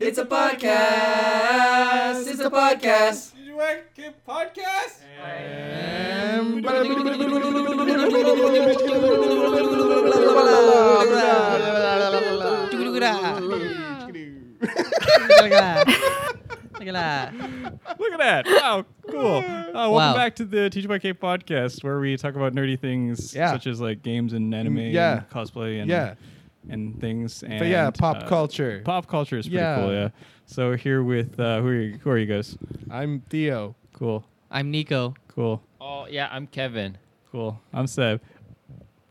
It's a podcast. It's a podcast. Did you like a podcast? Look at that. Look at that. Look at that. Wow, cool. Uh, welcome Wow. back to the Teacher by K podcast where we talk about nerdy things Yeah. such as like games and anime Mm, yeah. and cosplay and Yeah. and things and But yeah, pop uh, culture. Pop culture is pretty Yeah. cool, yeah. So we're here with uh, who are you, who are you guys? I'm Theo. Cool. I'm Nico. Cool. Oh yeah, I'm Kevin. Cool. I'm Seb.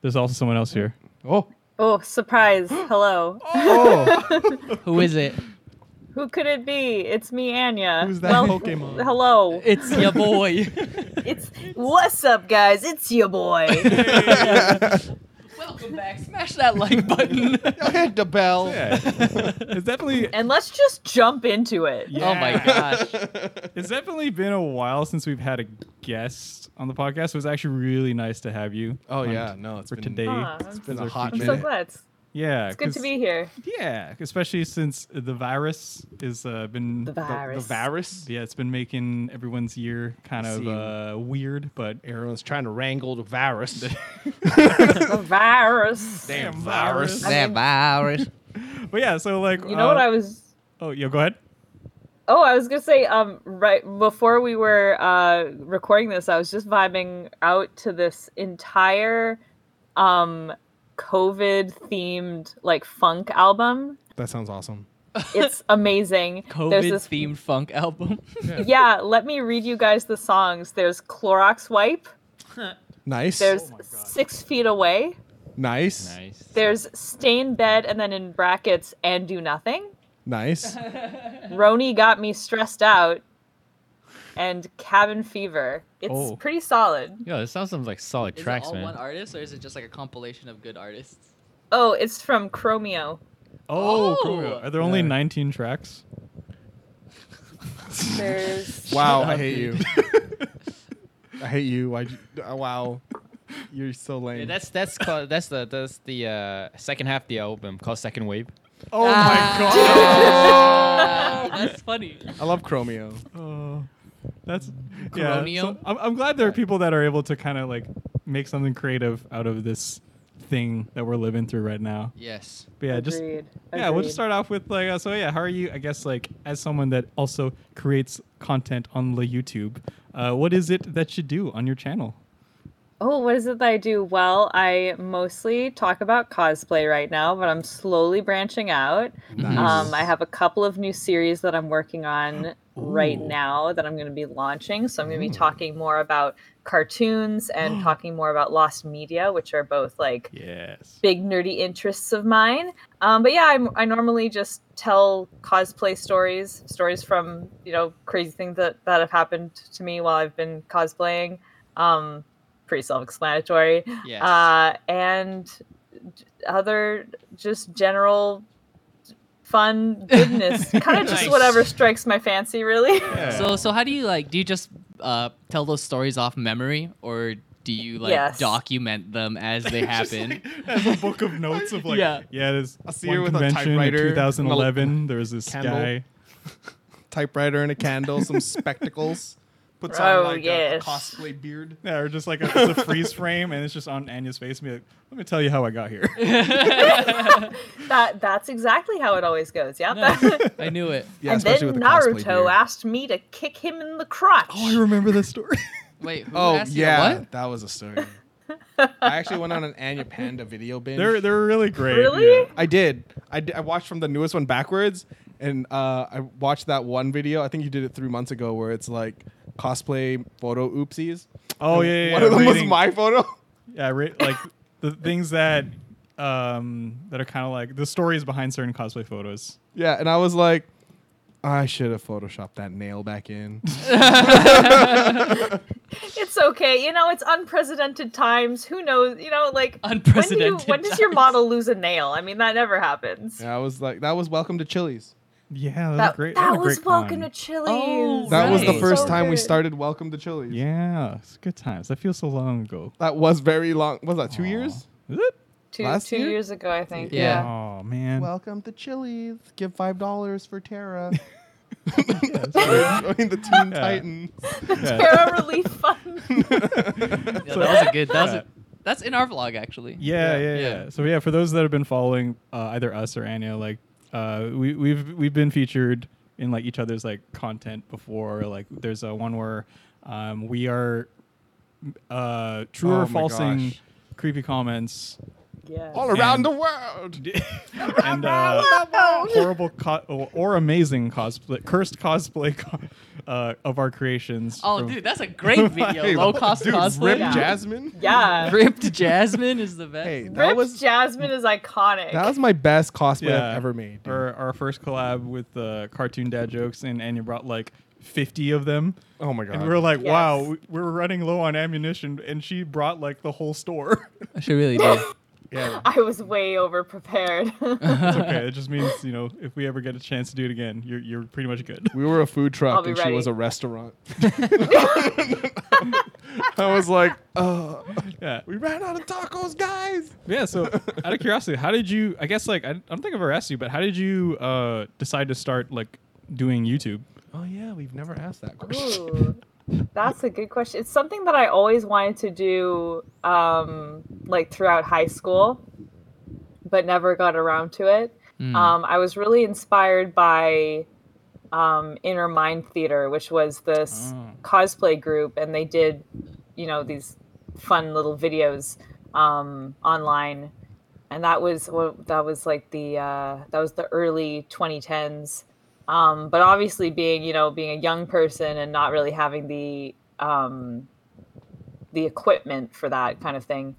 There's also someone else here. Oh, Oh, surprise. Hello. oh, Who is it? Who could it be? It's me, Anya. who's that Well, Pokemon? hello. It's your boy. It's What's up, guys? It's your boy. Welcome back. Smash that like button. I hit the bell. Yeah. it's definitely and let's just jump into it. Oh my gosh. It's definitely been a while since we've had a guest on the podcast. It was actually really nice to have you. Oh on yeah, no, it's for been, today. Aw, It's been a hot I'm minute. so glad. It's, Yeah, it's good 'cause- to be here. Yeah, especially since the virus is uh, been The virus. virus. yeah, it's been making everyone's year kind of See. uh, weird, but Everyone's trying to wrangle the virus. The virus. Damn virus. That virus. but yeah, so like You Uh, know what I was oh yeah, go ahead. Oh, I was gonna say, um, right before we were uh, recording this, I was just vibing out to this entire um, COVID themed like funk album. that sounds awesome. It's amazing. COVID themed funk album. Yeah, let me read you guys the songs. There's Clorox Wipe. Oh Nice. There's Six Feet Away. nice. Nice. There's Stain Bed, and then in brackets, and Do Nothing. Nice. Roni Got Me Stressed Out. And Cabin Fever. It's Oh. pretty solid. Yo, this sounds some, like solid tracks, man. artist or is it just like a compilation of good artists? Oh, it's from Chromeo. Oh, Oh! cool. are there only Yeah. 19 tracks? There's Wow, I hate you. I hate you. Why? Uh, wow, you're so lame. Yeah, that's that's called that's the that's the uh, second half of the album called Second Wave. oh Ah. that's funny. my god! I love Chromeo. Oh, that's yeah. Cronio? so I'm, I'm glad there are people that are able to kind of like make something creative out of this thing that we're living through right now. Yes. But yeah, just Agreed, yeah, we'll just agreed. start off with like uh, so yeah. How are you? I guess like as someone that also creates content on the YouTube, uh, what is it that you do on your channel? Oh, what is it that I do? Well, I mostly talk about cosplay right now, but I'm slowly branching out. Nice. Um, I have a couple of new series that I'm working on right now that I'm going to be launching. So I'm going to be talking more about cartoons and talking more about lost media, which are both like Yes. big nerdy interests of mine. Um, but yeah, I'm, I normally just tell cosplay stories, stories from you know crazy things that that have happened to me while I've been cosplaying. Um, pretty self-explanatory. Yes. Uh, and j- other just general fun goodness, kind of just Nice. whatever strikes my fancy, really. So so how do you like do you just uh, tell those stories off memory or do you like Yes. document them as they happen? As a book of notes of like yeah, Yeah. yeah there's I see one her with a convention typewriter, in 2011. There was this candle. guy. Typewriter and a candle, some spectacles. Puts Oh, on like a yes. cosplay beard. Yeah, or just like a, it's a freeze frame, and it's just on Anya's face. And be like, let me tell you how I got here. Oh, that that's exactly how it always goes. Yeah. I knew it. Yeah, and then especially with a cosplay Naruto beard. asked me to kick him in the crotch. Oh, remember this story. Wait, who Oh asked you- yeah, What? that was a story. I actually went on an Anya Panda video binge. they're they're really great. Really? yeah. I did. I di- I watched from the newest one backwards, and uh, I watched that one video. I think you did it three months ago, where it's like cosplay photo oopsies. Oh And yeah, yeah, one yeah, of them was rating- my photo. yeah, ra- like the things that um that are kind of like the stories behind certain cosplay photos. yeah, and I was like, I should have photoshopped that nail back in. It's okay. You know, it's unprecedented times. Who knows? You know, like When, do Unprecedented you, when does your times. model lose a nail? I mean, that never happens. and I was like, that was welcome to Chili's. Yeah, that, was That, great. that what a was great Welcome to con. Chili's. Oh, That was the Right. first So time we good. started Welcome to Chili's. Yeah, it's good times. That feels so long ago. That was very long. Was that two Aw. years? Is it? two Last two year? years ago, I think. Yeah. Yeah. Oh man. Welcome to Chili's. Give five dollars for Tara. Join the Teen Yeah. Titans. Yeah. Para relief fund. Yeah, that was a good. That was a, that's in our vlog actually. Yeah, yeah, yeah, Yeah. So yeah, for those that have been following uh, either us or Anya, like uh, we we've we've been featured in like each other's like content before. Like there's a one where um, we are uh, true Oh or my falsing gosh. creepy comments Yeah. All And- around the world. and uh, horrible co- or- or amazing cosplay cursed cosplay co- uh, of our creations. Oh, from- dude, that's a great video. Hey, Low cost Dude, cosplay. Rip Yeah. Jasmine. Yeah. Ripped Jasmine is the best. Hey, that Ripped was Jasmine is iconic. that was my best cosplay Yeah. I've ever made. dude. Our, our first collab with the cartoon dad jokes, and Anya brought like 50 of them. oh my god. And we were like, Yes. wow, we- we were running low on ammunition, and she brought like the whole store. She really did. yeah. I was way over prepared. it's okay. It just means you know if we ever get a chance to do it again, you're you're pretty much good. We were a food I'll truck be and she ready. was a restaurant. I was like, uh, Yeah. we ran out of tacos, guys. Yeah. So out of curiosity, how did you? I guess like I, I don't think I've ever asked you, but how did you uh, decide to start like doing YouTube? Oh yeah, we've never asked that question. Ooh, that's a good question. It's something that I always wanted to do, um, like throughout high school, but never got around to it. Mm. Um, I was really inspired by um, Inner Mind Theater, which was this Oh. cosplay group, and they did, you know, these fun little videos um, online, and that was well, that was like the uh, that was the early 2010s. Um, but obviously, being you know being a young person and not really having the um, the equipment for that kind of thing,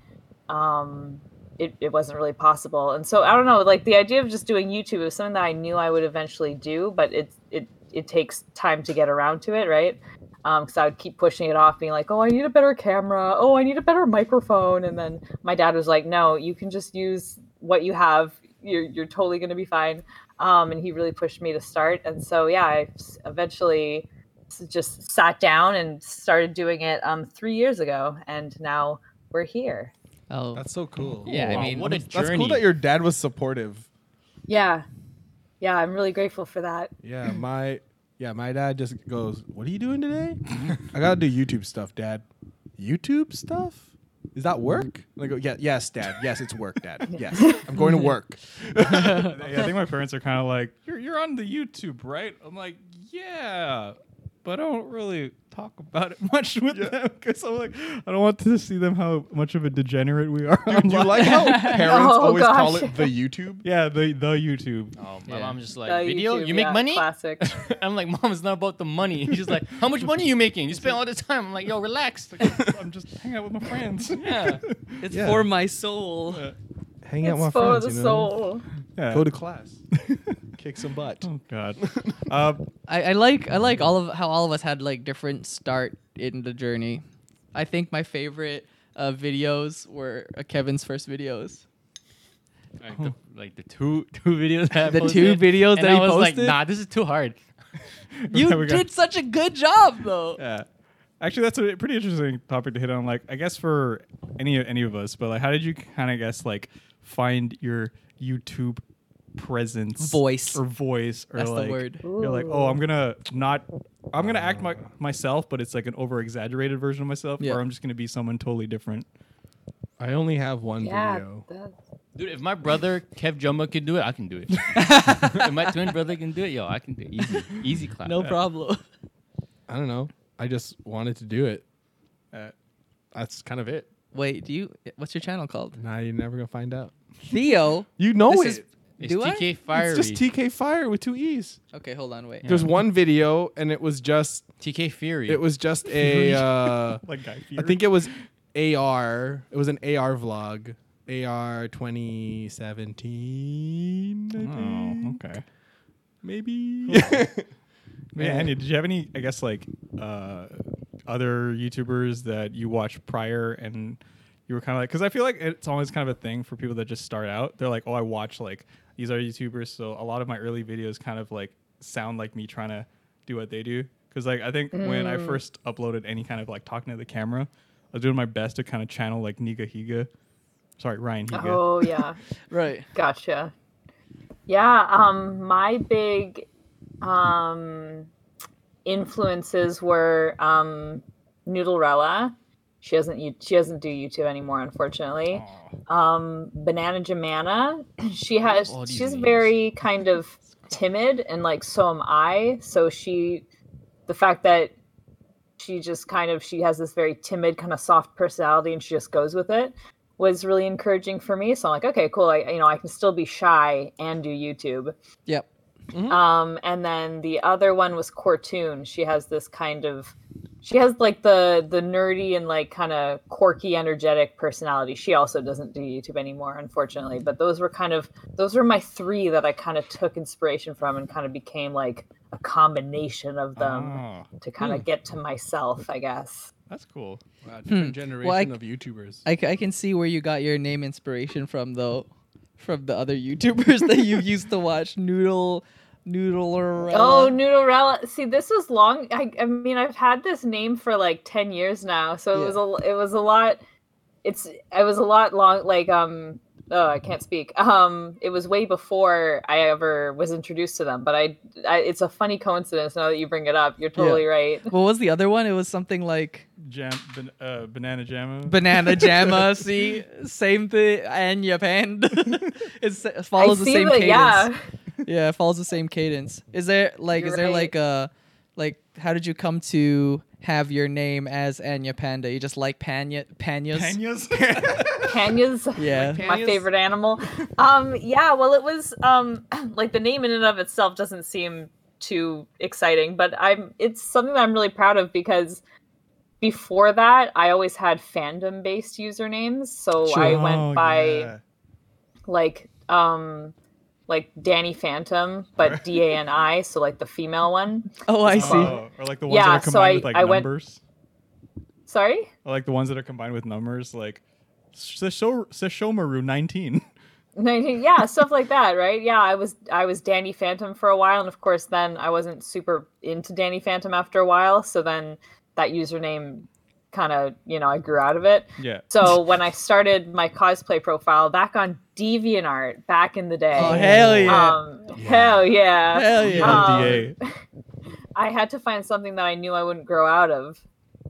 um, it, it wasn't really possible. And so I don't know, like the idea of just doing YouTube was something that I knew I would eventually do, but it it it takes time to get around to it, right? Because I would keep pushing it off, being like, "Oh, I need a better camera. Oh, I need a better microphone." And then my dad was like, "No, you can just use what you have. You're you're totally gonna be fine." Um, and he really pushed me to start. And so yeah, I s- eventually s- just sat down and started doing it um, three years ago, and now we're here. oh, That's so cool. Yeah, I Wow, mean, what a That's journey. cool that your dad was supportive. Yeah. Yeah, I'm really grateful for that. Yeah, my yeah, my dad just goes, "What are you doing today?" I gotta do YouTube stuff, Dad. YouTube stuff? Is that work? And I go, "Yeah, yes, Dad. Yes, it's work, Dad. Yes, I'm going to work." Uh, yeah, I think my parents are kind of like, you're, you're on the YouTube, right? I'm like, yeah, but I don't really talk about it much with them them because I'm like, I don't want to see them how much of a degenerate we are. Dude, you online. like how parents Oh, always call gosh. it the YouTube? yeah, the the YouTube. Oh, my Yeah. mom's just like, Uh, video? YouTube, you make yeah, money? Classic. I'm like, mom, it's not about the money. She's like, how much money are you making? You spend all this time. I'm like, yo, relax. I'm just hanging out with my friends. yeah. it's yeah. for my soul. Hang it's for the soul. Yeah. Go to class, kick some butt. oh God. Uh, I, I like I like all of how all of us had like different start in the journey. I think my favorite uh, videos were uh, Kevin's first videos. Like the, like the two two videos that I The two posted, videos and that I you was posted? like, nah, this is too hard. There You we go. did such a good job though. yeah. Actually, that's a pretty interesting topic to hit on. Like, I guess for any of any of us, but like, how did you kind of guess like find your YouTube presence, Voice. or voice, or That's the like, word. You're like, oh, I'm gonna not, I'm gonna act my, myself, but it's like an over exaggerated version of myself, Yeah. or I'm just gonna be someone totally different. I only have one Yeah. video. that- Dude, if my brother Kev Jumba can do it, I can do it. if my twin brother can do it, yo, I can do it. Easy, easy clap. No problem. I don't know. I just wanted to do it. Uh, That's kind of it. Wait, do you? eh, What's your channel called? Now you're never gonna find out. Theo. You know it. This is- It's Do I? TK Fiery. It's just TK Fire with two E's. Okay, hold on, wait. There's one video, and it was just TK Fury. it was just a uh, like Guy I think it was AR. It was an AR vlog. AR 2017. I Mm. think. Oh, okay. Maybe. Yeah, Andy, did you have any? I guess like uh, other YouTubers that you watched prior, and you were kind of like, because I feel like it's always kind of a thing for people that just start out. They're like, oh, I watch like these other YouTubers, so a lot of my early videos kind of like sound like me trying to do what they do. Because like I think when I first uploaded any kind of like talking to the camera, I was doing my best to kind of channel like Niga Higa Sorry, Ryan Higa. Oh yeah. Right. Gotcha. Yeah, um my big um influences were um Noodlerella. She doesn't you she doesn't do YouTube anymore unfortunately. Um Banana Jamana, she has All these she's names. very kind of timid and like so am I. So she the fact that she just kind of she has this very timid kind of soft personality and she just goes with it was really encouraging for me. So I'm like, okay, cool. I you know I can still be shy and do YouTube. Yep. Um, and then the other one was Cortoon. She has this kind of she has like the the nerdy and like kind of quirky, energetic personality. She also doesn't do YouTube anymore, unfortunately. But those were kind of those were my three that I kind of took inspiration from and kind of became like a combination of Ah. them Oh, to kind of get to myself, I guess. that's cool. Wow, different generation I- of YouTubers. I, c- I can see where you got your name inspiration from though, from the other YouTubers that you used to watch. Noodle, Noodler. Oh, Noodlerella. See, this was long. I, I mean, I've had this name for like ten years now, so it Yeah. was a it was a lot. It's it was a lot long. Like um, oh, I can't speak. Um, it was way before I ever was introduced to them. But I, I it's a funny coincidence now that you bring it up. You're totally right. What was the other one? It was something like Jam, ban- uh, banana jamma. banana jamma. see, same thing. And your hand. It's- it I follows the see same that- cadence. Yeah. yeah, it follows the same cadence. Is there like You're is there right. like a like how did you come to have your name as Anya Panda? You just like panya panyas? Penas? Panya's Yeah. my favorite animal. Um, yeah, well, it was um, like the name in and of itself doesn't seem too exciting, but I'm it's something that I'm really proud of because before that, I always had fandom based usernames, so I Oh, went by yeah. like um, like Danny Phantom, but D A N I, so like the female one. Oh, I see. Oh, or like the ones that Yeah, are so combined I- with like I went- numbers. Sorry. Or like the ones that are combined with numbers, like Sasho- Sashomaru 19. 19 yeah stuff like that right yeah i was i was danny phantom for a while and of course then i wasn't super into danny phantom after a while so then that username kind of you know i grew out of it Yeah. so when i started my cosplay profile back on deviantart back in the day Oh hell yeah. um hell yeah Hell yeah. Um, LDA. I had to find something that I knew I wouldn't grow out of.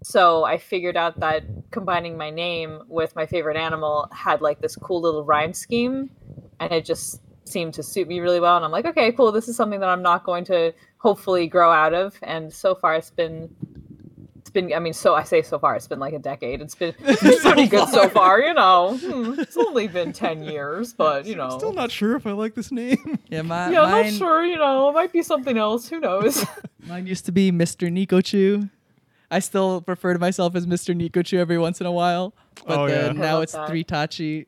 So I figured out that combining my name with my favorite animal had like this cool little rhyme scheme and it just seemed to suit me really well and I'm like, okay, cool, this is something that I'm not going to hopefully grow out of and so far it's been it's been I mean so I say so far it's been like a decade. It's been, it's been pretty good so far, you know. Hmm, it's only been 10 years, but you know. Still not sure if I like this name. yeah, my, yeah, I'm mine, not sure, you know, it might be something else, who knows. mine used to be Mr. Nikochu. I still refer to myself as Mr. Nikochu every once in a while, but Oh, then yeah. I now love it's that. three Tachi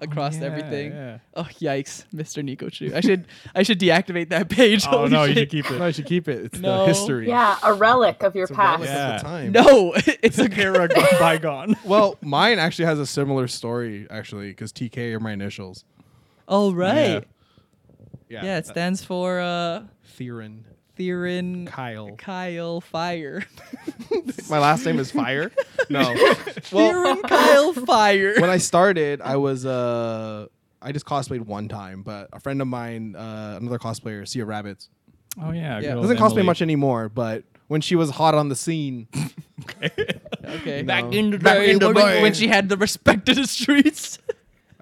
across Yeah, everything. yeah. Oh yikes, Mr. Nikochu. I should I should deactivate that page. Oh Holy no, you shit. should keep no, it. you should keep it. It's No. the history. Yeah, a relic of your It's a past. relic of Yeah. the time. No, it's a Era gone bygone. Well, mine actually has a similar story actually because TK are my initials. All Oh, right. Yeah. Yeah, it stands for uh Theron Theron Kyle. Kyle Fire. my last name is Fire. No. Theron Kyle Fire. when I started, I was uh I just cosplayed one time, but a friend of mine, uh, another cosplayer, Sia Rabbits, Oh yeah. Yeah. good doesn't old cosplay Emily. much anymore, but when she was hot on the scene, Okay. Back in the day, Back in the when- day. When she had the respect of the streets.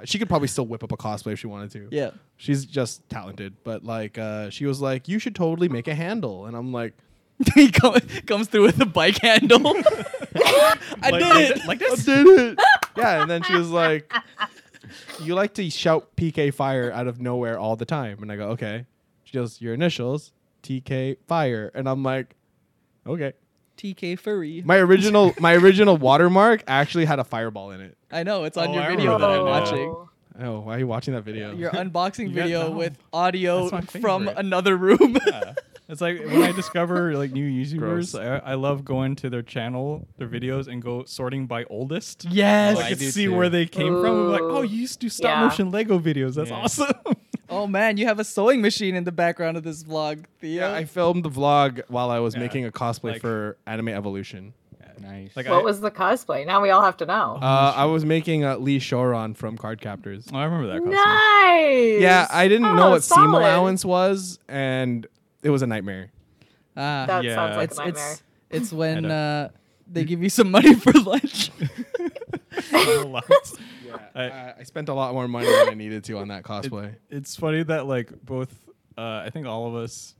she could probably still whip up a cosplay if she wanted to. yeah. She's just talented, but like uh, she was like, you should totally make a handle, and I'm like, he come, comes through with a bike handle. I Like did this- it. Like I this. did it. yeah, and then she was like, you like to shout PK fire out of nowhere all the time, and I go, okay. She goes, your initials, TK fire, and I'm like, okay. TK Furry. My original my original watermark actually had a fireball in it. I know it's on Oh, your I video remember that that I'm now. watching. Oh, why are you watching that video? Your unboxing You got- video no. with audio That's my from favorite. another room. Yeah. It's like when I discover like new Gross. YouTubers, I, I love going to their channel, their videos, and go sorting by oldest. yes. Like, I I can do see too. where they came from. I'm like, oh, Ooh. you used to do stop Yeah. motion Lego videos. That's Yeah. awesome. oh man, you have a sewing machine in the background of this vlog, Theo. Yeah, I filmed the vlog while I was Yeah. making a cosplay Like- for Anime Evolution. Nice. Like, I- What was the cosplay? Now we all have to know. Uh, I was making uh, Lee Shoron from Card Captors. Oh, I remember that costume. nice. Yeah, I didn't know Oh, what seam solid. allowance was, and it was a nightmare. Ah, That Yeah. sounds like it's a nightmare. it's it's when don't- uh, they give you some money for lunch. Lots. I, I spent a lot more money than I needed to on that cosplay. it's funny that like both uh, I think all of us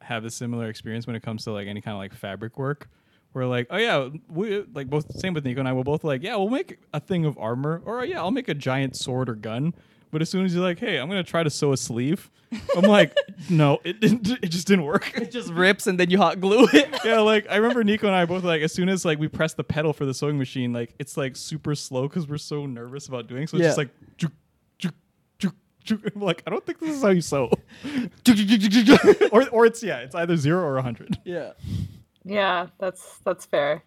have a similar experience when it comes to like any kind of like fabric work. We're like, oh yeah, we like both same with Nico and I. We're both like, yeah, we'll make a thing of armor, or yeah, I'll make a giant sword or gun. But as soon as you're like, hey, I'm gonna try to sew a sleeve, I'm like, no, it didn't. It just didn't work. it just rips and then you hot glue it. yeah, like I remember Nico and I both like as soon as like we press the pedal for the sewing machine, like it's like super slow because we're so nervous about doing. So it's Yeah. just like, juk, juk, juk, juk. I'm like I don't think this is how you sew. or or it's yeah, it's either zero or a hundred. yeah. Yeah, that's that's fair.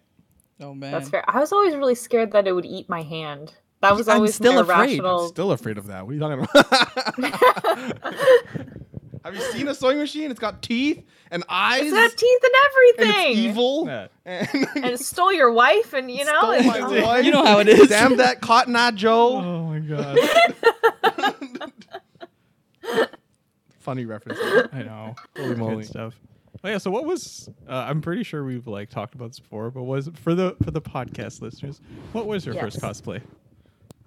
Oh man. That's fair. I was always really scared that it would eat my hand. That was I'm always still my afraid. irrational. Still afraid of that. What are you talking about? Have you seen a sewing machine? It's got teeth and eyes. It's got teeth and and it's everything. evil. Yeah. And, And it stole your wife, and you know. Stole it's- my wife. You know how it is. Damn that Cotton Eye Joe. Oh my god, Funny reference. I know. Holy moly. Good stuff. Oh yeah, so what was? Uh, I'm pretty sure we've like talked about this before, but was for the for the podcast listeners, what was your first Yes. cosplay?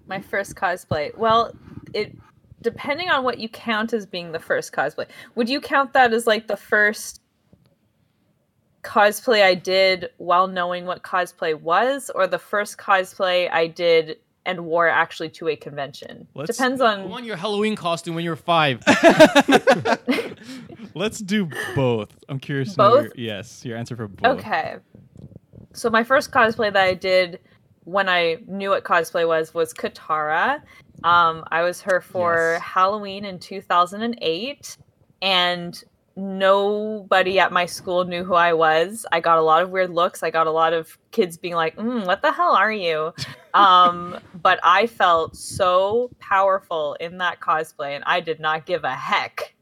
my first cosplay. Well, it depending on what you count as being the first cosplay. Would you count that as like the first cosplay I did while knowing what cosplay was, or the first cosplay I did and wore actually to a convention? Let's- Depends I on want your Halloween costume when you were five. Let's do both. I'm curious. to know Both? Your, yes, your answer for both. Okay. So my first cosplay that I did when I knew what cosplay was was Katara. Um, I was her for Yes. Halloween in 2008, and nobody at my school knew who I was. I got a lot of weird looks. I got a lot of kids being like, mm, "What the hell are you?" um, but I felt so powerful in that cosplay, and I did not give a heck.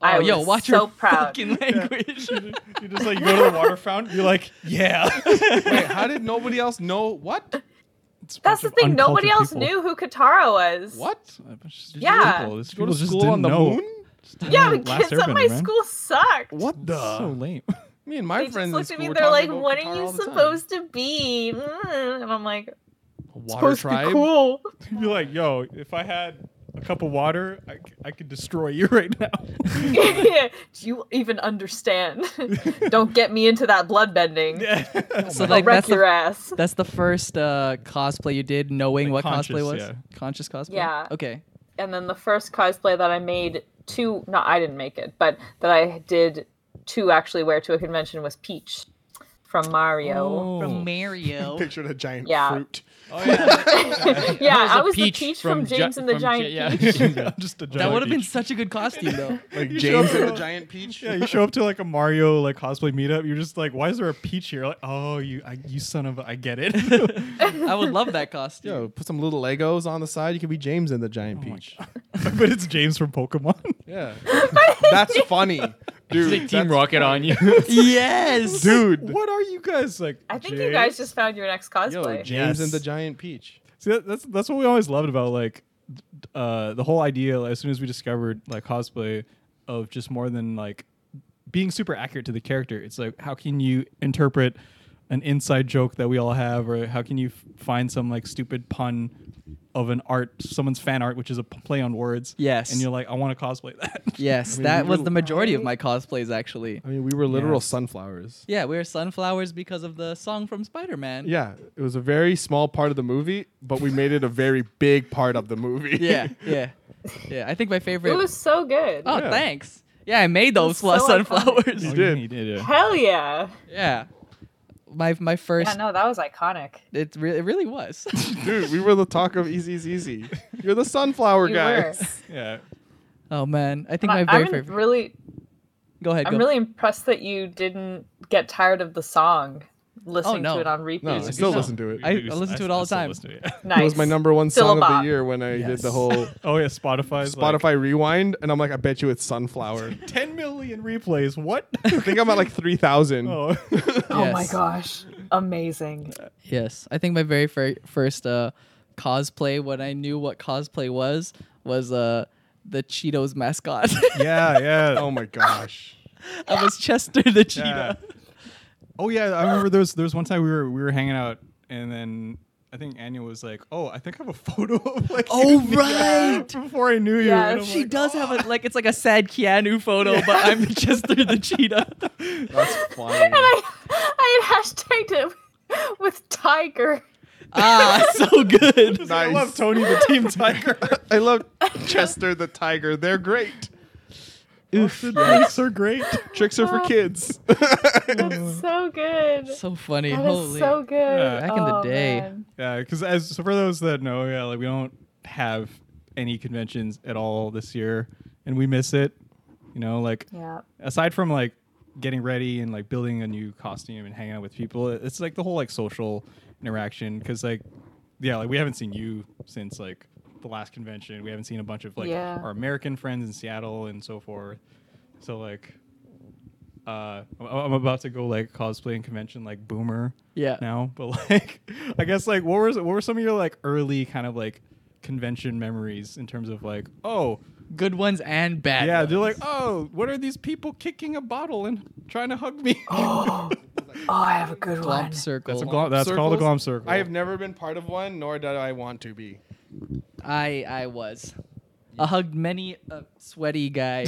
I Oh, yo, was watch so your proud. fucking language. you you just like you go to the water fountain. You're like, yeah. Wait, how did nobody else know what? That's the thing. Nobody else knew who Katara was. What? Yeah. people, Go to just school didn't on the know. moon? Just didn't Yeah, know the Last kids at my Airbender, man. school sucked. What the? So lame. me and my They just friends. in looked at me. school were They're like, talking about "What are Qatar you all the time." supposed to be?" Mm, And I'm like, Water "Supposed to tribe. be cool." You'd be like, yo, if I had a cup of water, I, c- I could destroy you right now. Do you even understand? Don't get me into that bloodbending. yeah. so I'll like wreck that's your the, ass. that's the first uh, cosplay you did, knowing Like what conscious, cosplay was. yeah. Conscious cosplay. Yeah. Okay. And then the first cosplay that I made to not I didn't make it, but that I did to actually wear to a convention was Peach from Mario. Oh. Mario. Pictured a giant Yeah. fruit. yeah, That I a was the Peach from, Gi- James and the from Giant Gi- yeah. Peach. I'm just a that giant would have been peach. such a good costume though. Like You James show up and to the a- giant peach. Yeah, you show up to like a Mario like cosplay meetup. You're just like, why is there a peach here? Like, oh, you, I, you son of, a, I get it. I would love that costume. Yo, put some little Legos on the side. You could be James and the giant Oh peach. but it's James from Pokemon. Yeah. That's funny. Dude, Like Team that's- Rocket on you. yes. Dude. What are you guys like? I think you James? guys just found your next Yo, cosplay. James Yes. and the giant peach. See, that, that's that's what we always loved about like d- uh, the whole idea. Like, as soon as we discovered like cosplay of just more than like being super accurate to the character, it's like how can you interpret an inside joke that we all have, or how can you f- find some like stupid pun of an art, someone's fan art, which is a p- play on words. Yes. and you're like, I want to cosplay that. Yes, mean, that we was were- the majority of my cosplays actually. I mean, we were literal Yes. sunflowers. Yeah, we were sunflowers because of the song from Spider-Man. Yeah, it was a very small part of the movie, but we made it a very big part of the movie. yeah, yeah, yeah. I think my favorite. It was so good. oh, yeah. thanks. Yeah, I made those was so sunflowers. Oh, did. yeah, you did. yeah. Hell yeah. yeah, my my first. Yeah, no, that was iconic. It, re- it really was. Dude, we were the talk of Easy is Easy. You're the sunflower You guy. were. Yeah. oh man, I think I- my I'm very favorite. really, go ahead. I'm go. really impressed that you didn't get tired of the song, listening Oh, no. to it on repeat. No, Oh, I still listen to it. I- listen to it all the still time. listen to it, yeah. Nice. It was my number one Still a song of bop. the year when I did the Yes. whole Oh yeah, Spotify's Spotify rewind, and I'm like, I bet you it's sunflower. Like, Ten million replays. What? I think I'm at like three thousand. oh. Oh my Yes. gosh. amazing. Uh, Yes, I think my very fir- first uh, cosplay when I knew what cosplay was was uh, the Cheetos mascot. Yeah, yeah. Oh my gosh. I was Chester the Yeah. Cheetah. Oh yeah, I remember there was there was one time we were we were hanging out and then I think Anya was like, "Oh, I think I have a photo of like." Oh, you." right. Before I knew you, Yeah, and I'm She like, does have a like it's like a sad Keanu photo, but I'm Chester the Cheetah. That's And funny. I, I had hashtagged it with, with tiger. ah, so good. I love Nice. Tony the Team Tiger. I love Chester the Tiger. They're great. Oof, the tricks are great. Tricks are for kids. That's so good. So funny. That Holy. is so good. Yeah. Back in the Oh, day. man. Yeah, because as so for those that know, yeah, like we don't have any conventions at all this year, and we miss it. You know, like Yeah. aside from like getting ready and like building a new costume and hanging out with people, it- it's like the whole like social interaction. Because like, yeah, like we haven't seen you since like the last convention. We haven't seen a bunch of like Yeah. our American friends in Seattle and so forth. So like. Uh, I'm- I'm about to go like cosplay and convention like boomer Yeah. now, but like, I guess like what was what were some of your like early kind of like convention memories in terms of like oh Good ones and bad. yeah ones. they're like oh what are these people kicking a bottle and trying to hug me? Oh, oh, I have a good one. glomp circle. that's a glom, that's called a Circles? glom circle. I have never been part of one, nor did I want to be. I I was. I hugged many a sweaty guy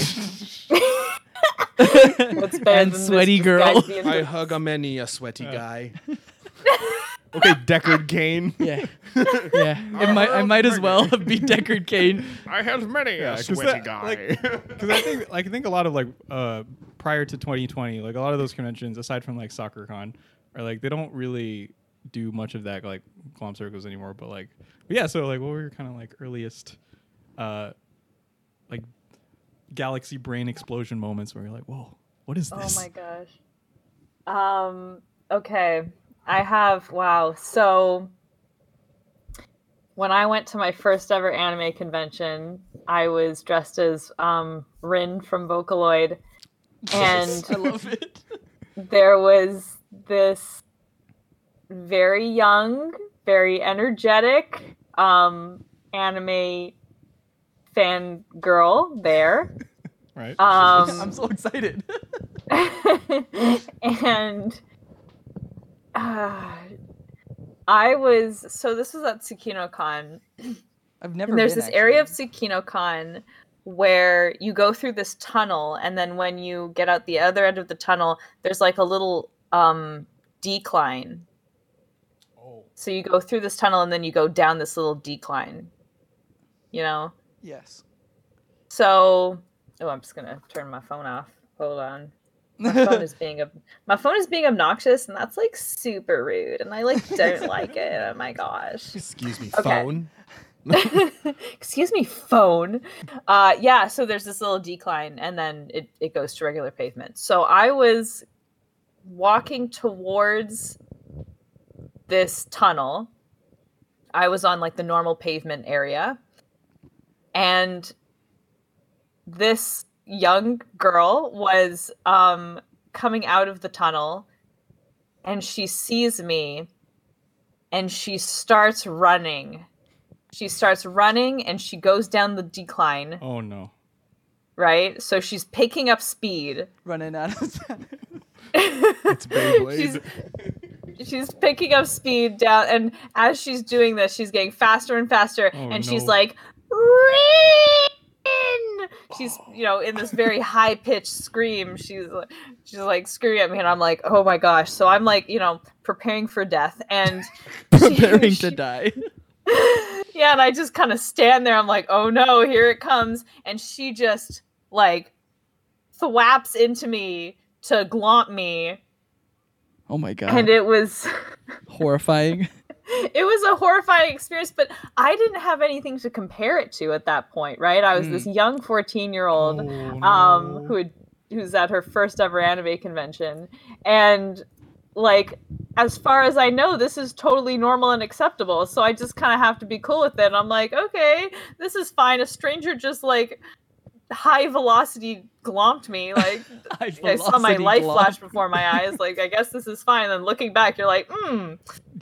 What's better than and this sweaty girl. disguise being I good? hug a many a sweaty guy. okay, Deckard Kane. Yeah, yeah. It might, I might as well be Deckard Kane. I have many Yeah, 'cause that, because I think like I think a lot of like uh prior to 2020 like a lot of those conventions aside from like soccer con are like they don't really do much of that like glom circles anymore but like but yeah so like what were your kind of like earliest uh like galaxy brain explosion moments where you're like whoa what is Oh this my gosh. Um. Okay. I have. Wow. So when I went to my first ever anime convention, I was dressed as um, Rin from Vocaloid, and I love it. there was this very young, very energetic um, anime fan girl there. right Um, I'm so excited. and uh, I was so this was at SukinoCon. I've never. And there's been, this area of actually. SukinoCon where you go through this tunnel, and then when you get out the other end of the tunnel, there's like a little um, decline. So you go through this tunnel, and then you go down this little decline. You know. Yes. So, oh, I'm just gonna turn my phone off. Hold on. My phone is being ob- my phone is being obnoxious, and that's like super rude, and I like don't like it. Oh my gosh. Excuse me, Okay. phone. Excuse me, phone. Uh, yeah. So there's this little decline, and then it it goes to regular pavement. So I was walking towards this tunnel. I was on like the normal pavement area, and this young girl was um coming out of the tunnel and she sees me and she starts running she starts running and she goes down the decline oh no right so she's picking up speed running out of time. It's Beyblade. she's, she's picking up speed down and as she's doing this she's getting faster and faster Oh, and she's no. like Rin! she's you know in this very high pitched scream she's like- she's like screaming at me and i'm like oh my gosh so i'm like you know preparing for death and preparing to she- die. yeah, and I just kind of stand there. I'm like, oh no, here it comes. And she just like thwaps into me to glomp me. Oh my god. And it was Horrifying. it was a horrifying experience, but I didn't have anything to compare it to at that point, right? I was this young 14 year Oh, old um, who had, who's at her first ever anime convention, and like as far as I know, this is totally normal and acceptable. So I just kind of have to be cool with it. I'm like, okay, this is fine. A stranger just like high velocity glomped me. Like I saw my life flash before my eyes. Like I guess this is fine. And looking back, you're like, hmm,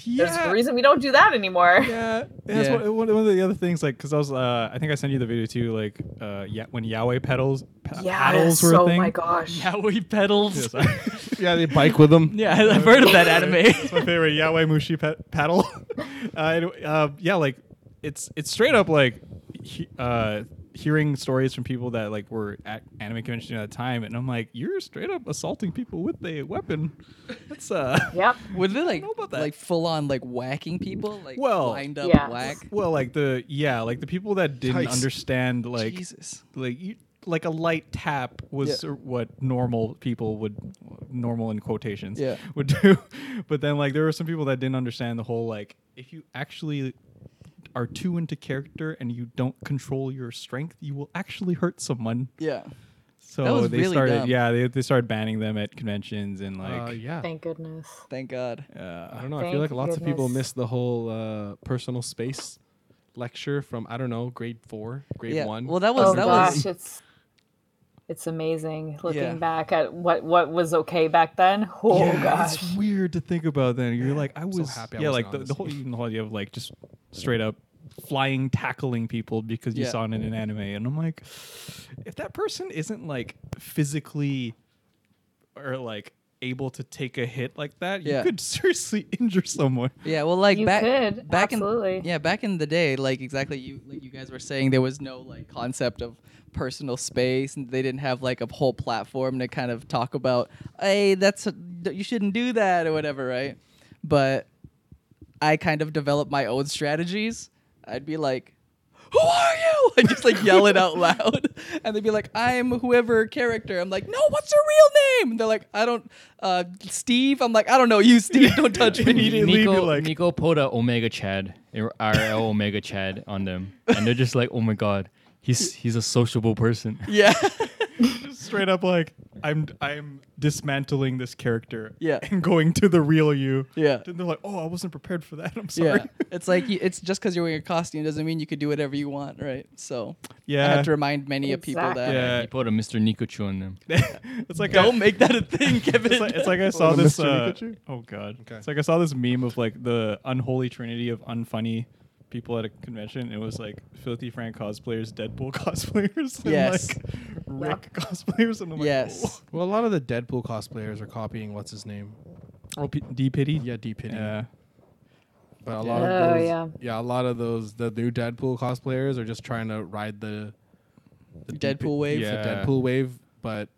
there's a reason we don't do that anymore. Yeah, that's Yeah. One, one one of the other things. Like, because I was, uh, I think I sent you the video too. Like, uh, yeah, when Yahweh pedals, pa- paddles were a oh thing. my gosh. Yowie pedals. Yes, I- yeah, they bike with them. Yeah, I've heard of that anime. it's my favorite Yahweh Mushi pet- paddle. uh, anyway, uh, yeah, like it's it's straight up like he, uh, hearing stories from people that like were at anime convention at the time, and I'm like, you're straight up assaulting people with a weapon. That's uh, Yep. Were they like know about that. like full on like whacking people like Well- lined up Yeah. whack? well, like the yeah, like the people that didn't Tice. understand like Jesus. like you, like a light tap was Yeah. sort of what normal people would normal in quotations Yeah. would do but then like there were some people that didn't understand the whole like if you actually are too into character and you don't control your strength you will actually hurt someone Yeah. so That was they really started dumb. yeah they, they started banning them at conventions and Uh, like yeah. Thank goodness. Thank God. I uh, don't know. I feel Thank like lots of people goodness. miss the whole uh, personal space lecture from I don't know grade four, grade yeah. one. Well, that was Oh that gosh, was it's it's amazing looking Yeah. back at what what was okay back then. Oh yeah, gosh. it's weird to think about then you're like i so was happy I yeah like wasn't on the, this the whole even the whole idea of like just straight up flying tackling people because you Yeah. saw it in an anime and i'm like if that person isn't like physically or like able to take a hit like that you Yeah. could seriously injure someone yeah. Well, like You back could, back absolutely. in yeah back in the day, like exactly you like you guys were saying, there was no like concept of personal space, and they didn't have like a whole platform to kind of talk about. Hey, that's a, you shouldn't do that or whatever, right? But I kind of developed my own strategies. I'd be like, "Who are you?" I just like yell it out loud, and they'd be like, "I'm whoever character." I'm like, "No, what's your real name?" And they're like, "I don't, uh, Steve." I'm like, "I don't know you, Steve. Don't touch me." Immediately be Nico, like- Nico pulled a Omega Chad, RL Omega Chad on them, and they're just like, "Oh my god, he's he's a sociable person." yeah, straight up like i'm i'm dismantling this character Yeah. and going to the real you Yeah. then they're like oh i wasn't prepared for that i'm sorry yeah. It's like you, it's just because you're wearing a costume doesn't mean you could do whatever you want, right? So I Yeah. have to remind many of people that Yeah. he pulled a Mr. Nikochu on them. it's like don't a- make that a thing, Kevin. It's like, it's like I saw the this. mystery Uh, Pikachu? oh god! Okay. It's like I saw this meme of like the unholy trinity of unfunny people at a convention. It was like filthy Frank cosplayers, Deadpool cosplayers, and Yes. like Rick cosplayers, and I'm like, Yes. Well, a lot of the Deadpool cosplayers are copying what's his name. oh, oh P- D pity. Yeah, D Pity. Yeah. But a lot Oh, of those, yeah. a lot of those the new Deadpool cosplayers are just trying to ride the the D- Deadpool wave? yeah. Yeah. the Deadpool wave. But